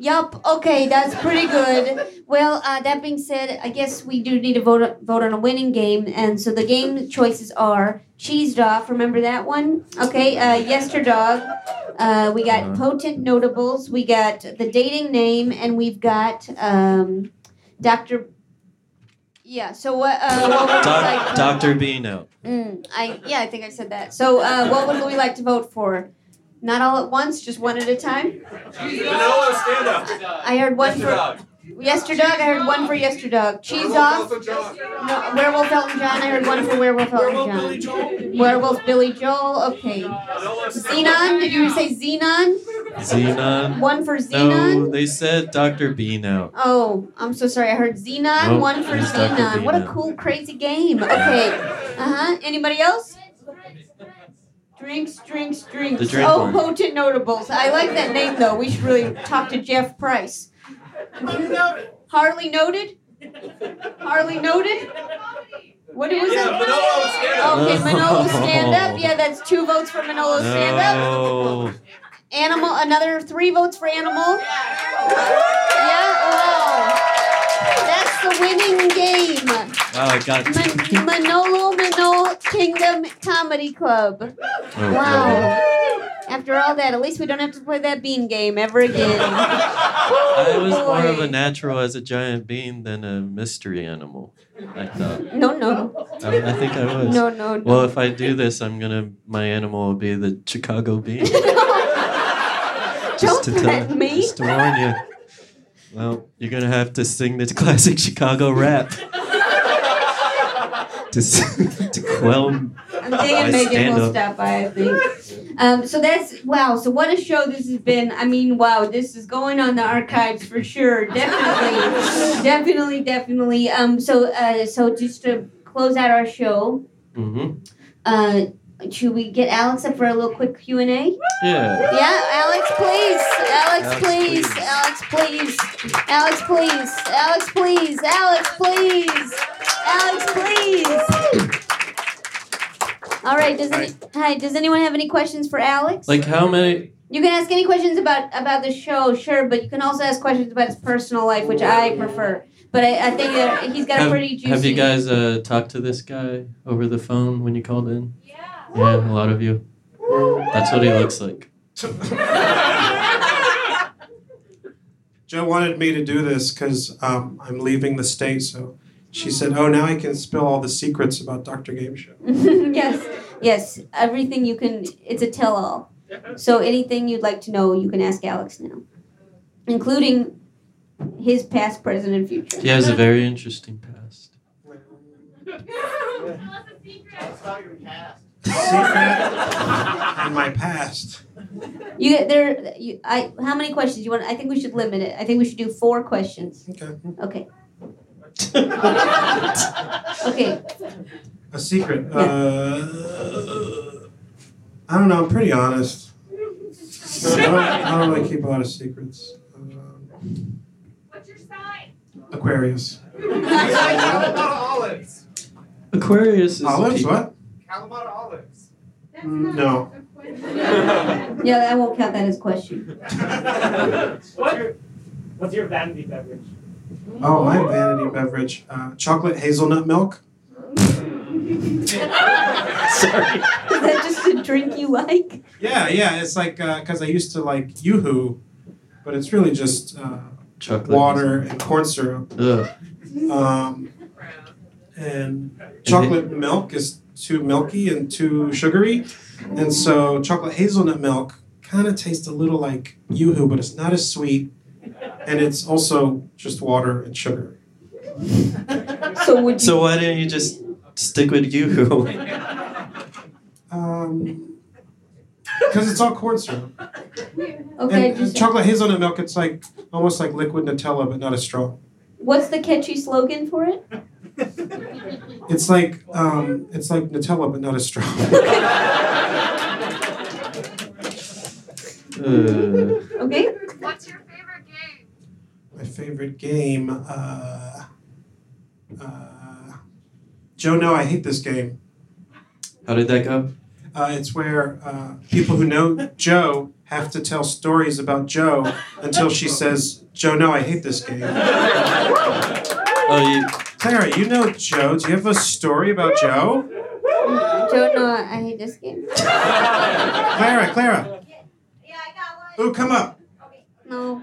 S2: Yup. Okay, that's pretty good. Well, uh, that being said, I guess we do need to vote vote on a winning game, and so the game choices are cheese dog. Remember that one? Okay. Uh, yesterdog. Uh, we
S14: Uh-huh.
S2: got potent notables. We got the dating name, and we've got um, Doctor. Yeah. So what? Uh, what would you like?
S3: Doc, Dr. Beano.
S2: Mm, I yeah, I think I said that. So uh, what would we like to vote for? Not all at once, just one at a time.
S17: Vanilla, stand up.
S2: I heard one for
S17: Yesterdog.
S2: Yesterdog. I heard one for Yesterdog. Cheese off. No, Werewolf Elton John. I heard one for Werewolf Elton John. Werewolf Billy Joel. Okay. Xenon. Did you say Xenon?
S3: Xenon.
S2: One for Xenon.
S3: No, they said Dr. Beano.
S2: Oh, I'm so sorry. I heard Xenon.
S3: Nope,
S2: one for
S3: it's Dr.
S2: Xenon. What a
S3: Beano.
S2: cool, crazy game. Okay. Uh huh. Anybody else? uh-huh. Drinks, drinks, drinks.
S3: The drink
S2: oh,
S3: one.
S2: potent notables. I like that name though. We should really talk to Jeff Price. Harley noted. Harley noted. What was
S1: Yeah,
S2: it?
S1: Manolo, stand up.
S2: Okay, Manolo stand
S3: No.
S2: up. Yeah, that's two votes for Manolo stand up.
S3: No.
S2: Animal, another three votes for animal. Yeah, wow. That's the winning game.
S3: Wow, I got.
S2: Man- Manolo Manolo Kingdom Comedy Club.
S3: Oh,
S2: Wow. After all that, at least we don't have to play that bean game ever again.
S3: I was more of
S2: Oh, boy.
S3: a natural as a giant bean than a mystery animal. I thought.
S2: No, no.
S3: I, I think I was.
S2: No, no, no.
S3: Well, if I do this, I'm gonna. My animal will be the Chicago bean.
S2: Don't
S3: to
S2: threaten me.
S3: Just to warn you. Well, you're gonna have to sing the classic Chicago rap to s- to quell.
S2: I'm thinking Megan will stop by, I think. Um, so that's wow. So what a show this has been. I mean, wow, this is going on the archives for sure. Definitely, definitely, definitely. Um, so uh, so just to close out our show,
S3: hmm
S2: uh, should we get Alex up for a little quick Q and A?
S3: Yeah.
S2: Yeah, Alex, please. Alex,
S3: Alex, please.
S2: please. Alex, please. Alex, please. Alex, please. Alex, please. Alex, please. All right. Does any, hi? Does anyone have any questions for Alex?
S3: Like how many?
S2: You can ask any questions about about the show, sure, but you can also ask questions about his personal life, which I prefer. But I, I think that he's got a
S3: Have,
S2: pretty juicy.
S3: have you guys uh, talked to this guy over the phone when you called in? Yeah. Yeah, a lot of you. That's what he looks like.
S18: Joe wanted me to do this because um, I'm leaving the state, so she said, "Oh, now I can spill all the secrets about Dr. Game Show."
S2: yes, yes. Everything you can, it's a tell all. So anything you'd like to know, you can ask Alex now, including his past, present, and future.
S3: He has a very interesting past.
S18: In my past,
S2: You there? You, I. How many questions you want? I think we should limit it. I think we should do four questions.
S18: Okay.
S2: Okay. okay.
S18: a secret. Uh, I don't know. I'm pretty honest. I don't, I don't really keep a lot of secrets. Um, Aquarius.
S1: Kalamata olives.
S3: Aquarius is
S18: Olives?
S3: people-
S18: What?
S1: Kalamata olives.
S18: Mm, No.
S2: Yeah, I won't count that as question.
S19: What's your, what's your vanity beverage?
S18: Oh, my vanity beverage: uh, chocolate hazelnut milk.
S2: Sorry. Is that just a drink you like?
S18: Yeah, yeah. It's like because I used to like YooHoo, but it's really just uh,
S3: Chocolate.
S18: water and corn syrup.
S3: Ugh.
S18: Um, and chocolate milk is too milky and too sugary, and so chocolate hazelnut milk kind of tastes a little like YooHoo, but it's not as sweet, and it's also just water and sugar.
S2: So would
S3: So why didn't you just stick with you?
S18: Um, because it's all corn syrup.
S2: Okay.
S18: And
S2: just-
S18: chocolate hazelnut milk, it's like almost like liquid Nutella, but not as strong.
S2: What's the catchy slogan for it?
S18: It's like um, it's like Nutella, but not as strong.
S3: Uh,
S2: Okay.
S1: What's your favorite game?
S18: my favorite game. Uh, uh, Joe, no, I hate this game.
S3: How did that go?
S18: Uh, it's where uh, people who know Joe have to tell stories about Joe until she says, "Joe, no, I hate this game."
S3: Oh, you,
S18: Clara, you know Joe. Do you have a story about Joe?
S2: Don't know. I hate this game.
S18: Clara, Clara. Ooh, come up.
S2: No.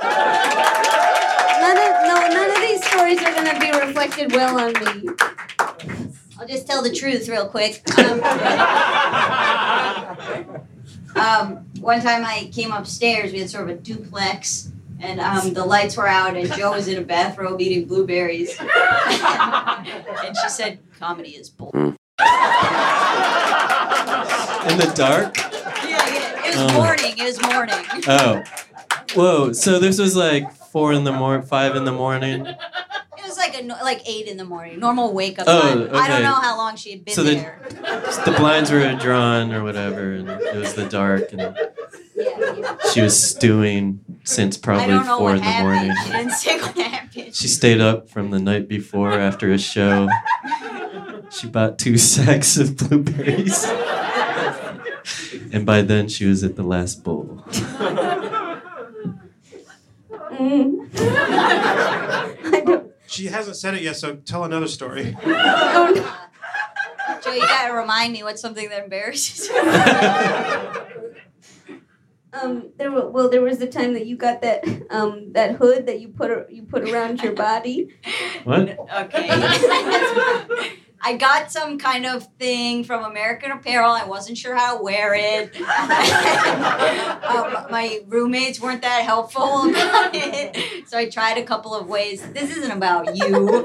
S2: None of, no, none of these stories are going to be reflected well on me.
S9: I'll just tell the truth real quick. Um, um, one time I came upstairs, we had sort of a duplex, and um, the lights were out, and Joe was in a bathrobe eating blueberries. and she said, Comedy is bull.
S3: in the dark?
S9: It was
S3: Oh.
S9: morning, it was morning.
S3: Oh. Whoa. So this was like four in the morning, five in the morning.
S9: It was like a at no, like eight in the morning, normal wake up
S3: Oh,
S9: time. I don't
S3: okay.
S9: know how long she had been
S3: So the-
S9: there.
S3: Just the blinds were drawn or whatever, and it was the dark, and she was stewing since
S9: I
S3: probably
S9: don't know
S3: four
S9: what
S3: in the
S9: happened.
S3: morning.
S9: She didn't say what happened.
S3: She stayed up from the night before after a show. She bought two sacks of blueberries. And by then, she was at the last bowl. Mm.
S18: She hasn't said it yet, so tell another story.
S9: Joe, you gotta remind me what's something that embarrasses you.
S2: Um, there were, well, there was the time that you got that um, that hood that you put ar- you put around your body.
S3: What?
S9: Okay. I got some kind of thing from American Apparel. I wasn't sure how to wear it. Um, my roommates weren't that helpful about it. So I tried a couple of ways. This isn't about you.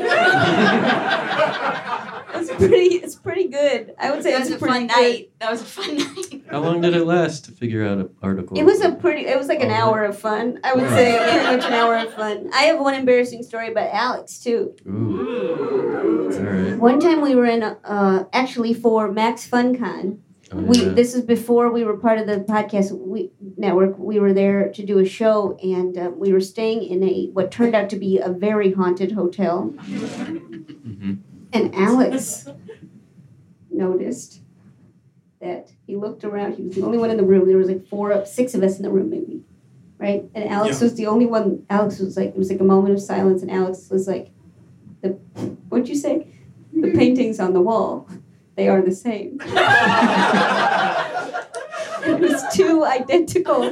S2: It's pretty. It's pretty good. I would say
S9: That
S2: it's
S9: was a
S2: pretty
S9: fun
S2: good.
S9: night. That was a fun night.
S3: How long did it last to figure out an article?
S2: It was a pretty. It was like an hour of fun. I would say pretty much an hour of fun. I have one embarrassing story about Alex too.
S3: Ooh. All right.
S2: One time we were in uh, actually for Max FunCon.
S3: Oh,
S2: We
S3: yeah.
S2: this is before we were part of the podcast we, network. We were there to do a show, and uh, we were staying in a what turned out to be a very haunted hotel. And Alex noticed that he looked around. He was the only one in the room. There was like four, of- six of us in the room, maybe, right? And Alex
S14: Yeah.
S2: was the only one. Alex was like, it was like a moment of silence, and Alex was like, "The what'd you say? The
S9: Hmm.
S2: paintings on the wall, they are the same." it was two identical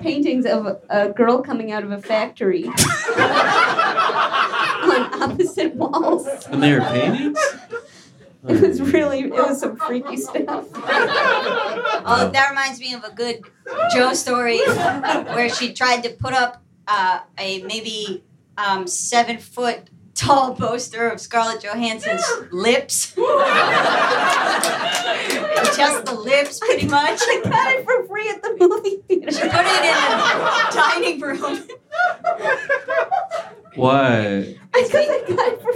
S2: paintings of a girl coming out of a factory on opposite walls.
S3: And they were paintings?
S2: It was really, it was some freaky stuff.
S9: Oh, that reminds me of a good Joe story where she tried to put up uh, a maybe um, seven foot tall poster of Scarlett Johansson's lips. Just the lips, pretty much. I
S2: got it for free at the movie theater.
S9: She put it in the dining room.
S3: Why?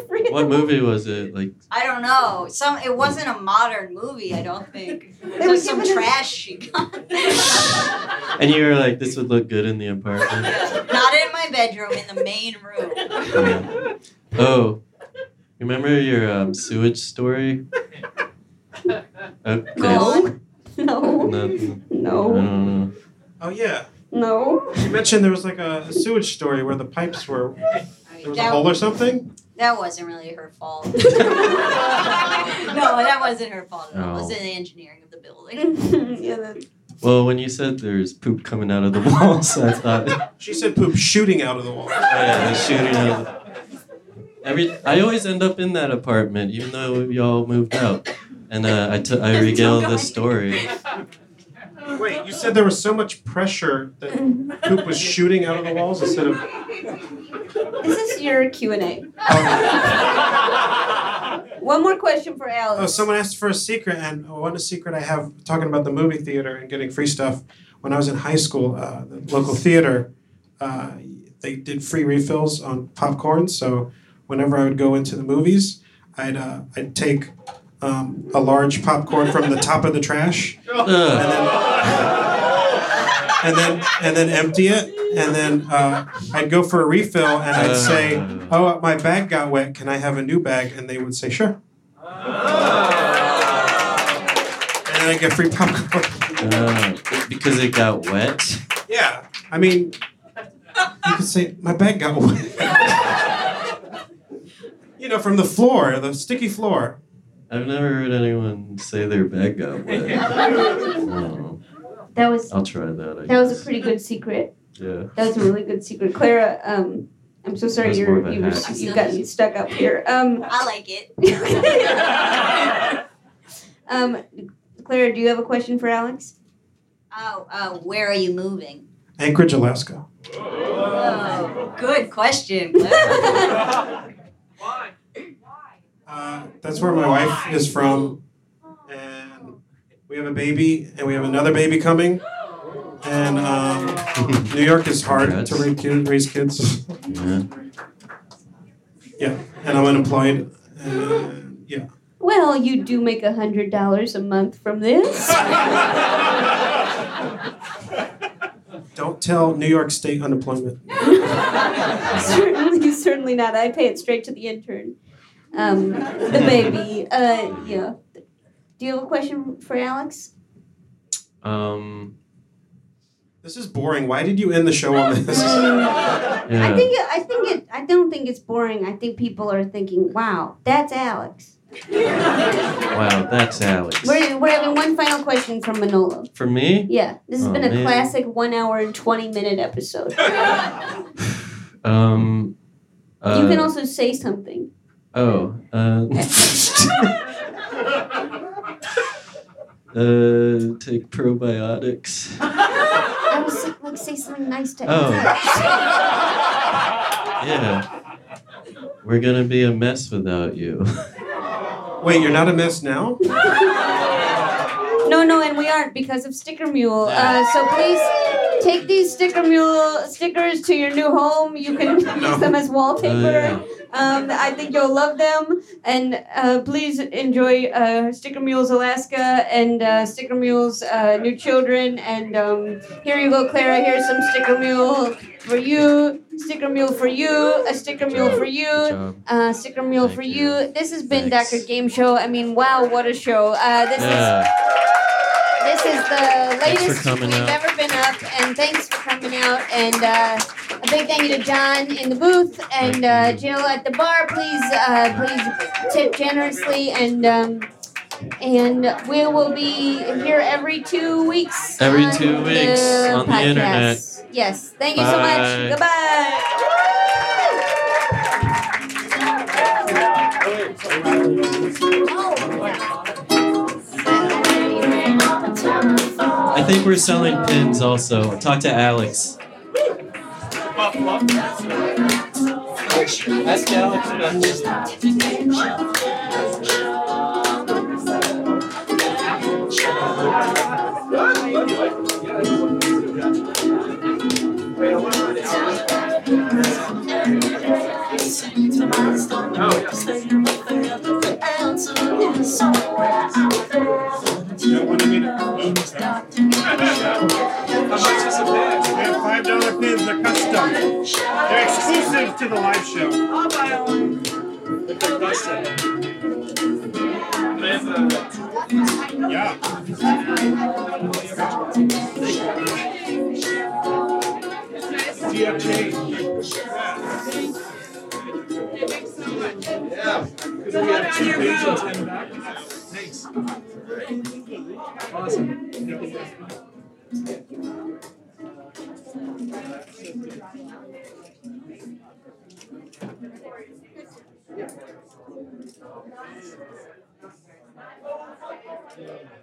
S2: free.
S3: What movie was it? Like,
S9: I don't know. Some it wasn't a modern movie, I don't think. It
S2: were
S9: was some
S2: giving it-
S9: trash she got.
S3: and you were like, this would look good in the apartment.
S9: Not in my bedroom, in the main room.
S3: Oh, remember your um, sewage story? Okay.
S18: No.
S2: No.
S3: No.
S2: No.
S3: I don't know.
S18: Oh yeah.
S2: No.
S18: You mentioned there was like a sewage story where the pipes were there was a
S9: That-
S18: hole or something.
S9: That wasn't really her fault. no, that wasn't her fault at all. It was
S3: No.
S9: the engineering of the building.
S2: yeah, that,
S3: Well, when you said there's poop coming out of the walls, I thought, oh,
S18: She said poop shooting out of the wall.
S3: yeah, the shooting out. of- Every I always end up in that apartment, even though y'all moved out. And uh, I t- I regale the story.
S18: Wait, you said there was so much pressure that poop was shooting out of the walls instead of
S2: this is your Q and A. One more question for Alex.
S18: Oh, someone asked for a secret, and one secret I have talking about the movie theater and getting free stuff. When I was in high school, uh, the local theater, uh, they did free refills on popcorn. So whenever I would go into the movies, I'd uh, I'd take um, a large popcorn from the top of the trash, and then and then empty it, and then uh, I'd go for a refill, and I'd say, "Oh, my bag got wet. Can I have a new bag?" And they would say, "Sure." And then I get free popcorn.
S3: Uh, because it got wet.
S18: Yeah. I mean, you could say, my bag got wet. you know, from the floor, the sticky floor.
S3: I've never heard anyone say their bag got wet. Oh,
S2: That was
S3: I'll try that. I
S2: that was a
S3: guess.
S2: pretty good secret.
S3: yeah.
S2: That was a really good secret, Clara. Um, I'm so sorry
S3: That's more
S2: you're
S3: of a
S2: you
S3: hack.
S2: were, you got stuck up here. Um,
S9: I like it.
S2: um, Clara, do you have a question for Alex?
S9: Oh, uh, where are you moving?
S18: Anchorage, Alaska.
S9: Oh, good question. Clara.
S18: That's where my wife is from. And we have a baby, and we have another baby coming. And um, New York is hard to raise kids. Raise kids.
S3: Yeah.
S18: Yeah, and I'm unemployed. Uh, yeah.
S2: Well, you do make a hundred dollars a month from this.
S18: Don't tell New York State unemployment.
S2: certainly, certainly not. I pay it straight to the intern, um, the baby. Uh, yeah. Do you have a question for Alex?
S3: Um,
S18: This is boring. Why did you end the show on this?
S2: I think it, I think it. I don't think it's boring. I think people are thinking, "Wow, that's Alex."
S3: wow, that's Alex.
S2: We're, we're having one final question from Manolo.
S3: For me?
S2: Yeah, this has
S3: Oh,
S2: been a
S3: man. Uh,
S2: classic one hour and twenty minute episode.
S3: Um, uh,
S2: you can also say something.
S3: Oh. Uh, uh, take probiotics.
S2: I was like, like say something nice to.
S3: Oh.
S2: Alex.
S3: Yeah. We're gonna be a mess without you.
S18: Wait, you're not a mess now?
S2: No, no, and we aren't because of Sticker Mule. Uh, so please take these Sticker Mule stickers to your new home. You can use them as wallpaper. Um, I think you'll love them. And uh, please enjoy uh, Sticker Mules Alaska and uh, Sticker Mules uh, New Children. And um, here you go, Clara. Here's some Sticker Mule for you. Sticker Mule for you. A Sticker Mule for you. Uh, sticker Mule for you. This has been Dr. Game Show. I mean, wow, what a show. Uh, this is.
S3: Yeah.
S2: This is the
S3: Thanks for
S2: latest
S3: coming
S2: we've
S3: out.
S2: ever been up, and thanks for coming out. And uh, a big thank you to John in the booth and uh, Jill at the bar. Please, uh, please tip generously, and um, and we will be here every two weeks.
S3: Every
S2: on
S3: two weeks
S2: the
S3: on the
S2: podcast.
S3: internet.
S2: Yes. Thank you so
S3: Bye.
S2: much. Goodbye.
S3: I think we're selling pins also. Talk to Alex.
S1: That's Alex and I'm just.
S20: Five dollar pins, they're custom. They're exclusive to the live show. I'll buy one. They're custom. Do you have change? Yeah.
S1: We have two pages in the back.
S20: Thanks. Awesome.
S17: Yeah.